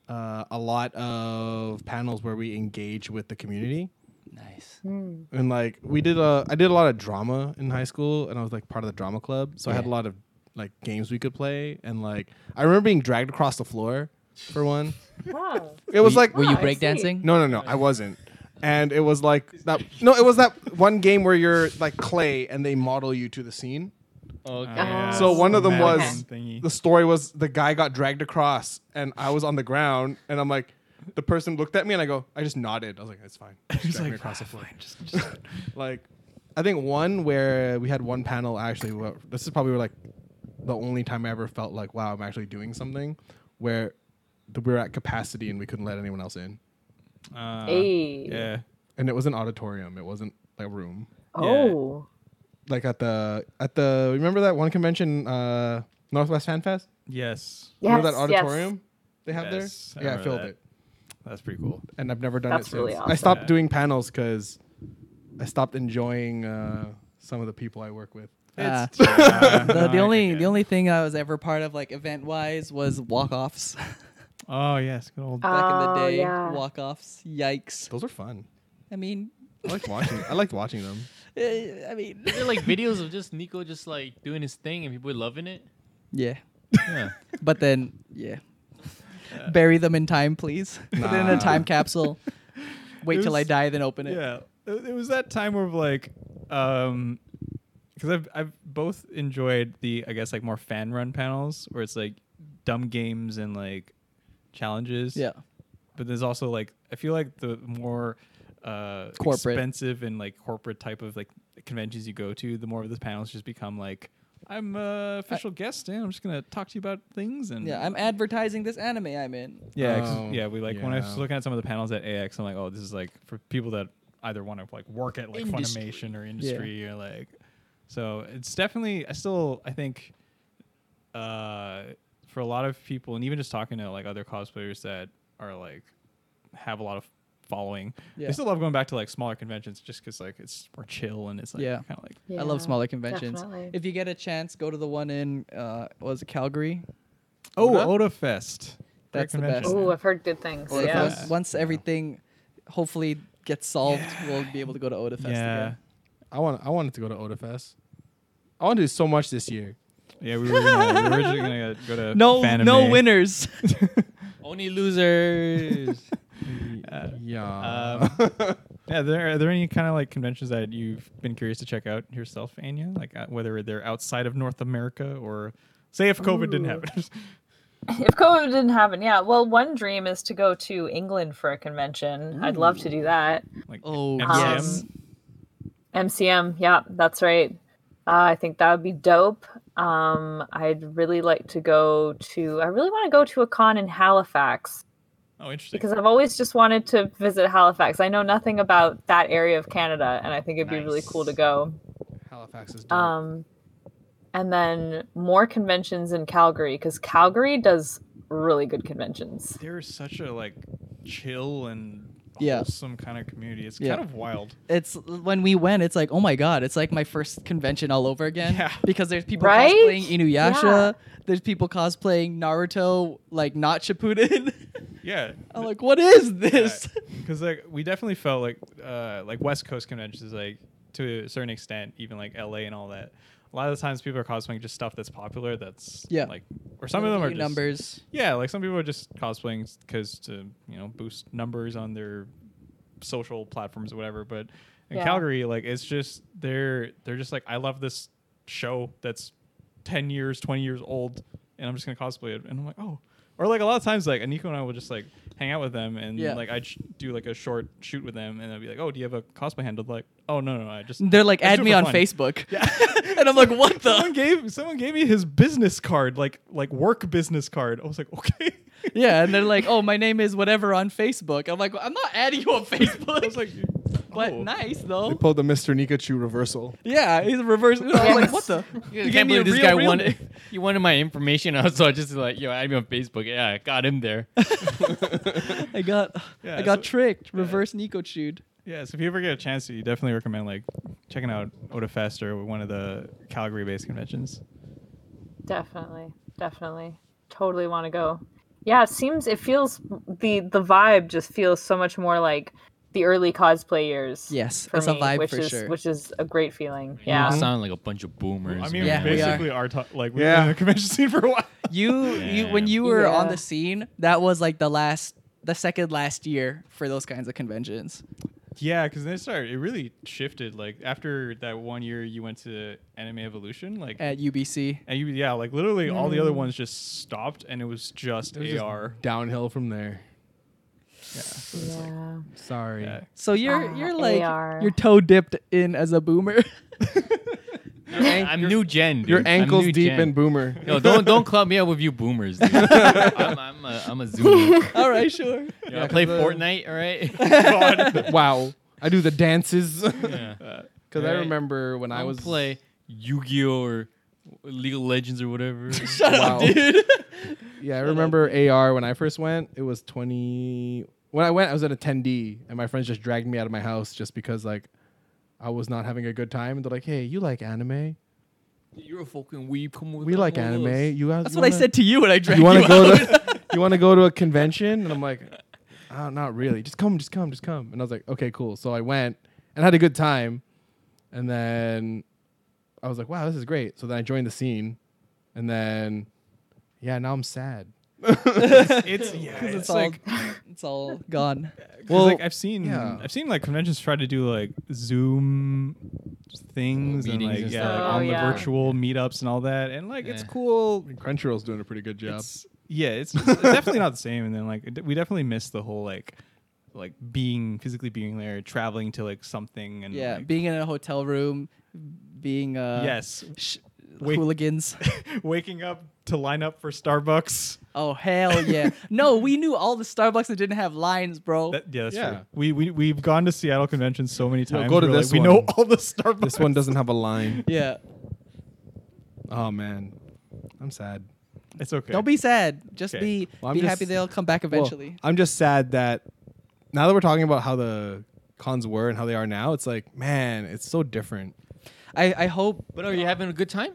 uh, a lot of panels where we engage with the community Nice. and like we did a I did a lot of drama in high school and I was like part of the drama club so I had a Yeah. lot of like games we could play and like I remember being dragged across the floor for one Wow. it was like were you Ah, I see. breakdancing? no no no I wasn't and it was like that no it was that one game where you're like clay and they model you to the scene Okay. uh, yeah. so one of them Mannequin was thingy. the story was the guy got dragged across and I was on the ground and I'm like the person looked at me and I go I just nodded I was like it's fine Just He's drag me like, across the "Ah, floor." fine, just- just- like I think one where we had one panel actually where, this is probably like the only time I ever felt like wow I'm actually doing something where th- we were at capacity and we couldn't let anyone else in uh, Hey. Yeah. and it was an auditorium it wasn't a room Oh. like at the at the remember that one convention uh Northwest Fan Fest Yes. Yes. remember that yes. auditorium they have Yes, I there yeah I remember filled that. it That's pretty cool. and I've never done it That's since really I awesome. stopped Yeah. doing panels because I stopped enjoying uh some of the people I work with Ah. It's- Uh, yeah, the, no, I the only get the it. only thing I was ever part of, like event wise, was walk offs. Oh yes, good old. Uh, Back in Oh, the day, yeah. walk offs. Yikes! those are fun I mean, I liked watching. I liked watching them. eh, I mean, Is there like videos of just Nico just like doing his thing and people were loving it? yeah. Yeah. But then, yeah, bury them in time, please. Put it in Nah. a time capsule. Wait It till I was- die, then open it. yeah, it it was that time of like, um, because I've I've both enjoyed the I guess like more fan run panels where it's like dumb games and like challenges. Yeah. but there's also like I feel like the more uh, Corporate. expensive and like corporate type of like conventions you go to, the more of the panels just become like I'm a official guest and I'm just gonna talk to you about things and Yeah, I'm advertising this anime I'm in. yeah 'cause- Oh, yeah we like when I was yeah. looking at some of the panels at AX I'm like oh this is like for people that either want to like work at like Industry. Funimation or industry or like so it's definitely I still I think uh, for a lot of people, and even just talking to like other cosplayers that are like have a lot of following, Yeah. they still love going back to like smaller conventions just because like it's more chill and it's like Yeah. kind of like I love Yeah, smaller conventions. definitely. If you get a chance, go to the one in uh, was it Calgary? oh Oda? Oda Fest. Great That's the convention. best. Oh, I've heard good things. Odafest. yeah. Fest. Once everything hopefully gets solved, we'll be able to go to Odafest Yeah, again. I want. I wanted to go to Odafest. I want to do so much this year. yeah, we were, gonna, we were originally gonna go to No, Fanime. no winners. Only losers. yeah. Yeah, there, are there any kind of like conventions that you've been curious to check out yourself, Anya? Like uh, whether they're outside of North America or say if COVID didn't happen. If COVID didn't happen, yeah. Well, one dream is to go to England for a convention. I'd love to do that. like Oh, MCM? yes. MCM, yeah, that's right. Uh, I think that would be dope. Um, I'd really like to go to. I really want to go to a con in Halifax Oh, interesting. because I've always just wanted to visit Halifax. I know nothing about that area of Canada, and I think it'd be really cool to Nice. go. Halifax is. Dope. Um, and then more conventions in Calgary because Calgary does really good conventions. They're such a like chill and Yeah. wholesome kind of community. It's Yeah. kind of wild. It's when we went, it's like, oh my god, it's like my first convention all over again. Yeah. Because there's people Right? cosplaying Inuyasha, Yeah. there's people cosplaying Naruto, like not Shippuden. Yeah. I'm like, what is this? Because like we definitely felt like uh, like West Coast conventions, like to a certain extent, even like LA and all that. A lot of the times people are cosplaying just stuff that's popular. That's Yeah. Like or some of them are Few just, numbers. Yeah, like some people are just cosplaying because to you know boost numbers on their social platforms or whatever. But in Yeah. Calgary, like it's just they're they're just like I love this show that's ten years, twenty years old, and I'm just gonna cosplay it. And I'm like, oh, or like a lot of times, like Aniko and I will just like hang out with them, and Yeah. like I would do like a short shoot with them, and I'd be like, oh, do you have a cosplay handle? Like, oh no, no, no, I just They're like, I just add do it me for on fun." Facebook. and I'm like, what the? Someone gave someone gave me his business card, like like work business card. I was like, okay. yeah, and they're like, oh, my name is whatever on Facebook. I'm like, I'm not adding you on Facebook. I was like, but oh. nice they though. pulled the Mr. Nikachu reversal. Yeah, he's a reverse. I was like, what the? You gave can't me a believe this real, guy real wanted name. he wanted my information. I was like, just like, yo, add me on Facebook. Yeah, I got him there. I got, Yeah, I got so- tricked. Reverse Nico chewed. Yeah, so if you ever get a chance to, you definitely recommend like checking out Odafest or one of the Calgary-based conventions. Definitely, definitely, totally want to go. Yeah, it seems it feels the the vibe just feels so much more like the early cosplay years. Yes, for it's a me, vibe which for is sure. which is a great feeling. You Yeah. sound like a bunch of boomers. I mean, Yeah, we we are. basically are, ta- like we've been Yeah. in the convention scene for a while. You, you when Yeah. you were on Yeah. the scene, that was like the last, the second last year for those kinds of conventions. Yeah, because then it started. It really shifted. Like after that one year, you went to Anime Evolution. Like at UBC. and you, yeah, like literally all the other ones just stopped, and it was just It was just AR. downhill from there. Yeah. Sorry. Yeah. So you're Ah, you're like AR. you're toe dipped in as a boomer. I'm new gen. Dude. Your I'm ankles new deep gen. in boomer. Yo, don't don't club me up with you boomers. Dude. I'm, I'm a I'm a zoomer. All right, sure. Yo, I play Fortnite. All right. wow. I do the dances. Because yeah. I Right. remember when I I was. would play Yu-Gi-Oh or League of Legends or whatever. Shut up, Wow. dude. Yeah, I remember AR when I first went. It was 20. When I went, I was an attendee, and my friends just dragged me out of my house just because, like, I was not having a good time. And they're like, hey, you like anime? You're a fucking weeb. Come with We like anime. You guys, That's what you I wanna- said to you when I drank You you, want to out. go to? You want to go to a convention? And I'm like, oh, not really. Just come, just come, just come. And I was like, okay, cool. So I went and had a good time. And then I was like, wow, this is great. So then I joined the scene, and then yeah, now I'm sad. It's yeah, it's, it's, all, like it's all gone. 'cause, Well, like I've seen yeah. I've seen like conventions try to do like Zoom things and Meetings like and yeah, like, stuff. on Oh, the yeah. virtual meetups and all that, and like it's Yeah. cool. Crunchyroll's doing a pretty good job. It's, yeah, it's, it's definitely not the same. And then like it- we definitely miss the whole like like being physically being there, traveling to like something and Yeah, like, being in a hotel room, being uh yes, sh- Wait. hooligans. waking up to line up for Starbucks. oh hell yeah! no, we knew all the Starbucks that didn't have lines, bro. That, yeah, that's Yeah. true. We we we've gone to Seattle conventions so many times. go to we're like, this we one. know all the Starbucks. This one doesn't have a line. yeah, Oh man, I'm sad. It's okay. don't be sad. Just Okay. be Well, I'm be just- happy they'll come back Well, eventually. I'm just sad that now that we're talking about how the cons were and how they are now, it's like, man, it's so different. I I hope But are you having a good time?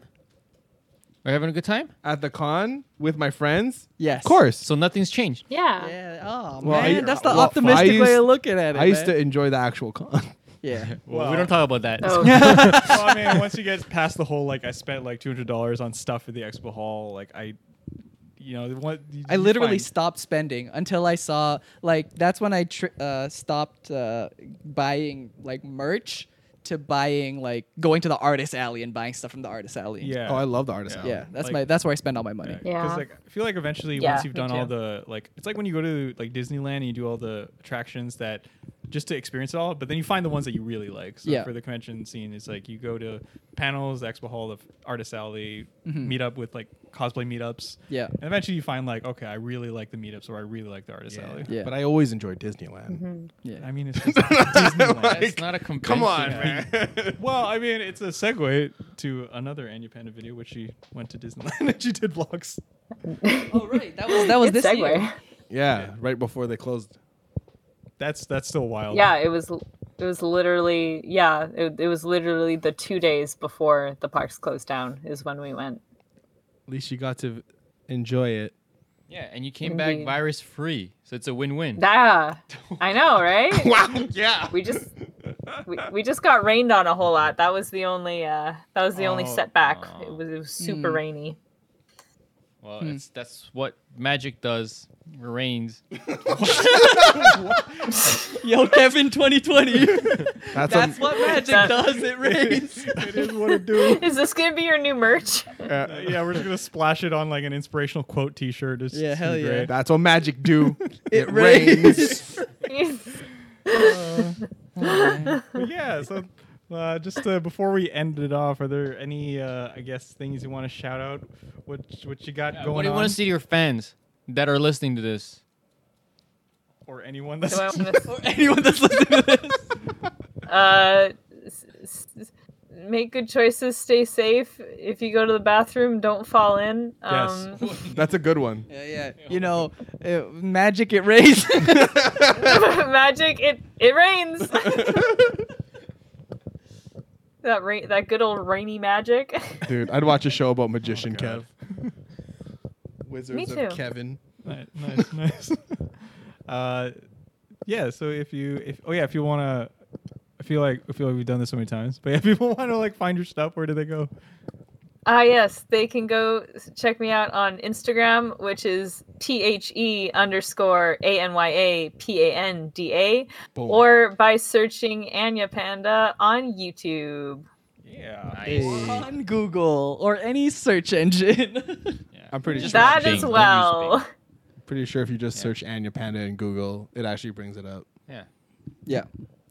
Are you having a good time? At the con with my friends, yes. of course. So nothing's changed. Yeah. Yeah. Oh Well, I- man, that's the well, I optimistic way used- of looking at it. I used man. to enjoy the actual con. Yeah. Well, we don't talk about that. Oh. well, I mean, once you get past the whole like I spent like two hundred dollars on stuff at the expo hall, like I, you know, what you- I you literally find- stopped spending until I saw like that's when I tr- uh, stopped uh, buying like merch to buying like going to the artist alley and buying stuff from the artist alley. yeah. Oh, I love the artist. Yeah. alley. yeah, that's Like- my that's where I spend all my money. Yeah. Because like I feel like eventually Yeah, once you've me done all too. the like it's like when you go to like Disneyland and you do all the attractions that just to experience it all, but then you find the ones that you really like. So Yeah. for the convention scene, it's like you go to panels, the expo hall, the f- artist alley, meet up with like cosplay meetups. Mm-hmm. Yeah. And eventually you find like, okay, I really like the meetups or I really like the artist alley. Yeah. But I always enjoy Disneyland. I mean it's just Disneyland. It's not a convention. Well, I mean it's a segue to another Annie Panda video which she went to Disneyland and she did vlogs. Oh right, that was that was Good this segue. year. Yeah, right before they closed. That's that's still wild. Yeah, it was. It was literally. Yeah, it, it was literally the two days before the parks closed down is when we went. At least you got to enjoy it. Yeah, and you came back Indeed. virus free, so it's a win-win. Yeah, I know, right? Wow. Yeah. We just. We, we just got rained on a whole lot. That was the only uh that was the only Oh, setback. aw. It was, it was super rainy. well, it's that's what magic does. It rains. Yo, Kevin, 2020. That's, that's that's what magic does. It rains. It is what it do. Is this gonna be your new merch? Uh, yeah, we're just gonna splash it on like an inspirational quote T-shirt. It's Yeah, it's hell gonna be yeah. great. that's what magic do. It rains. But yeah. So, uh, just uh, before we end it off, are there any, uh, I guess, things you want to shout out? What what you got going what do you on? want to see to your fans that are listening to this? Or anyone that's Do I wanna- or anyone that's listening to this. uh, s- s- s- make good choices, stay safe. If you go to the bathroom, don't fall in. Yes. Um, That's a good one. Yeah, yeah. You know, uh, magic. It rains. magic, it it rains. that rain, that good old rainy magic. Dude, I'd watch a show about Magician Kev. God. Oh, Wizards Me too. of Kevin. Ni- nice, nice. uh, yeah, so if you if oh yeah, if you wanna I feel like I feel like we've done this so many times. But if people want to like find your stuff, where do they go? Ah, yes, they can go s- check me out on Instagram, which is T H E underscore A N Y A P A N D A, Boom. or by searching Anya Panda on YouTube. Yeah. on Google or any search engine. I'm pretty Just sure. watch that as Bing. well. Pretty sure if you just Yeah. search Anya Panda in Google, it actually brings it up. Yeah. yeah.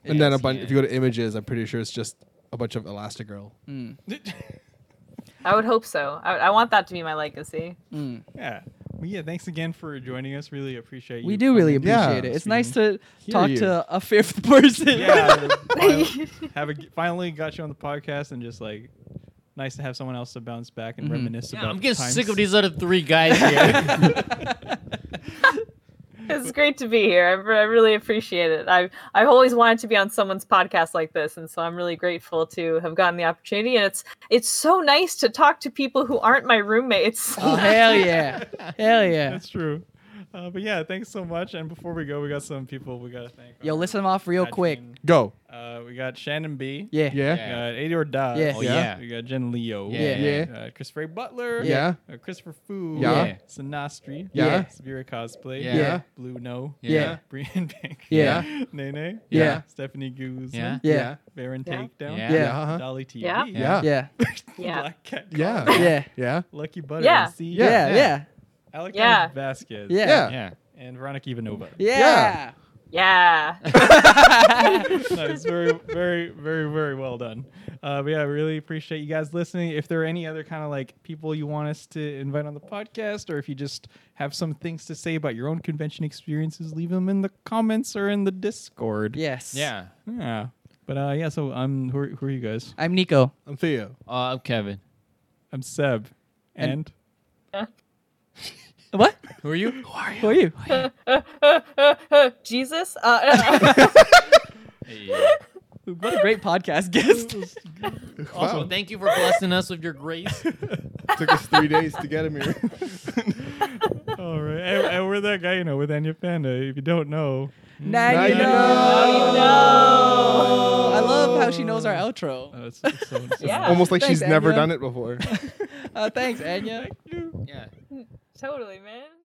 And then a Yes, bunch. yeah. If you go to images, I'm pretty sure it's just a bunch of Elastigirl. I would hope so. I, I want that to be my legacy. Mm. yeah. Well, yeah, thanks again for joining us. Really appreciate you. We do really coming. appreciate Yeah. it. It's nice to Hear talk you. to a fifth person. Yeah. finally- have a, finally got you on the podcast and just like nice to have someone else to bounce back Mm-hmm. and reminisce Yeah, about. I'm getting times. sick of these other three guys here. It's great to be here. I, re- I really appreciate it. I I've always wanted to be on someone's podcast like this, and so I'm really grateful to have gotten the opportunity. And it's it's so nice to talk to people who aren't my roommates. Uh, Oh, hell yeah. Hell yeah. That's true. Uh, but yeah, thanks so much. And before we go, we got some people we gotta thank. Yo, listen off real quick. Adrian. Go. Uh, we got Shannon B. Yeah. Yeah. We got Ador Dodds. Yeah. Oh, yeah. We got Jen Leo. Yeah. Yeah. Uh, Christopher Butler. Yeah. Uh, Christopher Fu. Yeah. Yeah. Sinastri. Yeah. Severe Cosplay. Yeah. Yeah. Blue No. Yeah. Brian Bank. Yeah. Nene. Yeah. Stephanie Guzman. Yeah. Yeah. Baron Yeah. Takedown. Yeah. Yeah. Uh-huh. Dolly TV. Yeah. Yeah. Yeah. Yeah. Black Cat. Call. Yeah. Yeah. Yeah. Yeah. Lucky Butter. Yeah. MC. Yeah. Yeah. Yeah. Alexander Yeah. Vasquez. Yeah. Yeah. yeah. And Veronica Ivanova. Yeah. yeah. that is very, very, very, very well done. Uh, but yeah, I really appreciate you guys listening. If there are any other kind of like people you want us to invite on the podcast, or if you just have some things to say about your own convention experiences, leave them in the comments or in the Discord. Yes. Yeah. Yeah. But uh, yeah, so I'm. Who are, who are you guys? I'm Nico. I'm Theo. Uh, I'm Kevin. I'm Seb. And, And- What? Who are you? Who are you? Jesus. Uh, Hey. What a great podcast guest. Also, Wow. thank you for blessing us with your grace. Took us three days to get him here. all right, and, and we're that guy, you know, with Anya Panda. If you don't know, now, you know. you know. I love how she knows our outro. uh, it's, it's so, so Yeah. Almost like Thanks, she's never Anya. done it before. Uh, thanks, Anya. Yeah. totally, man.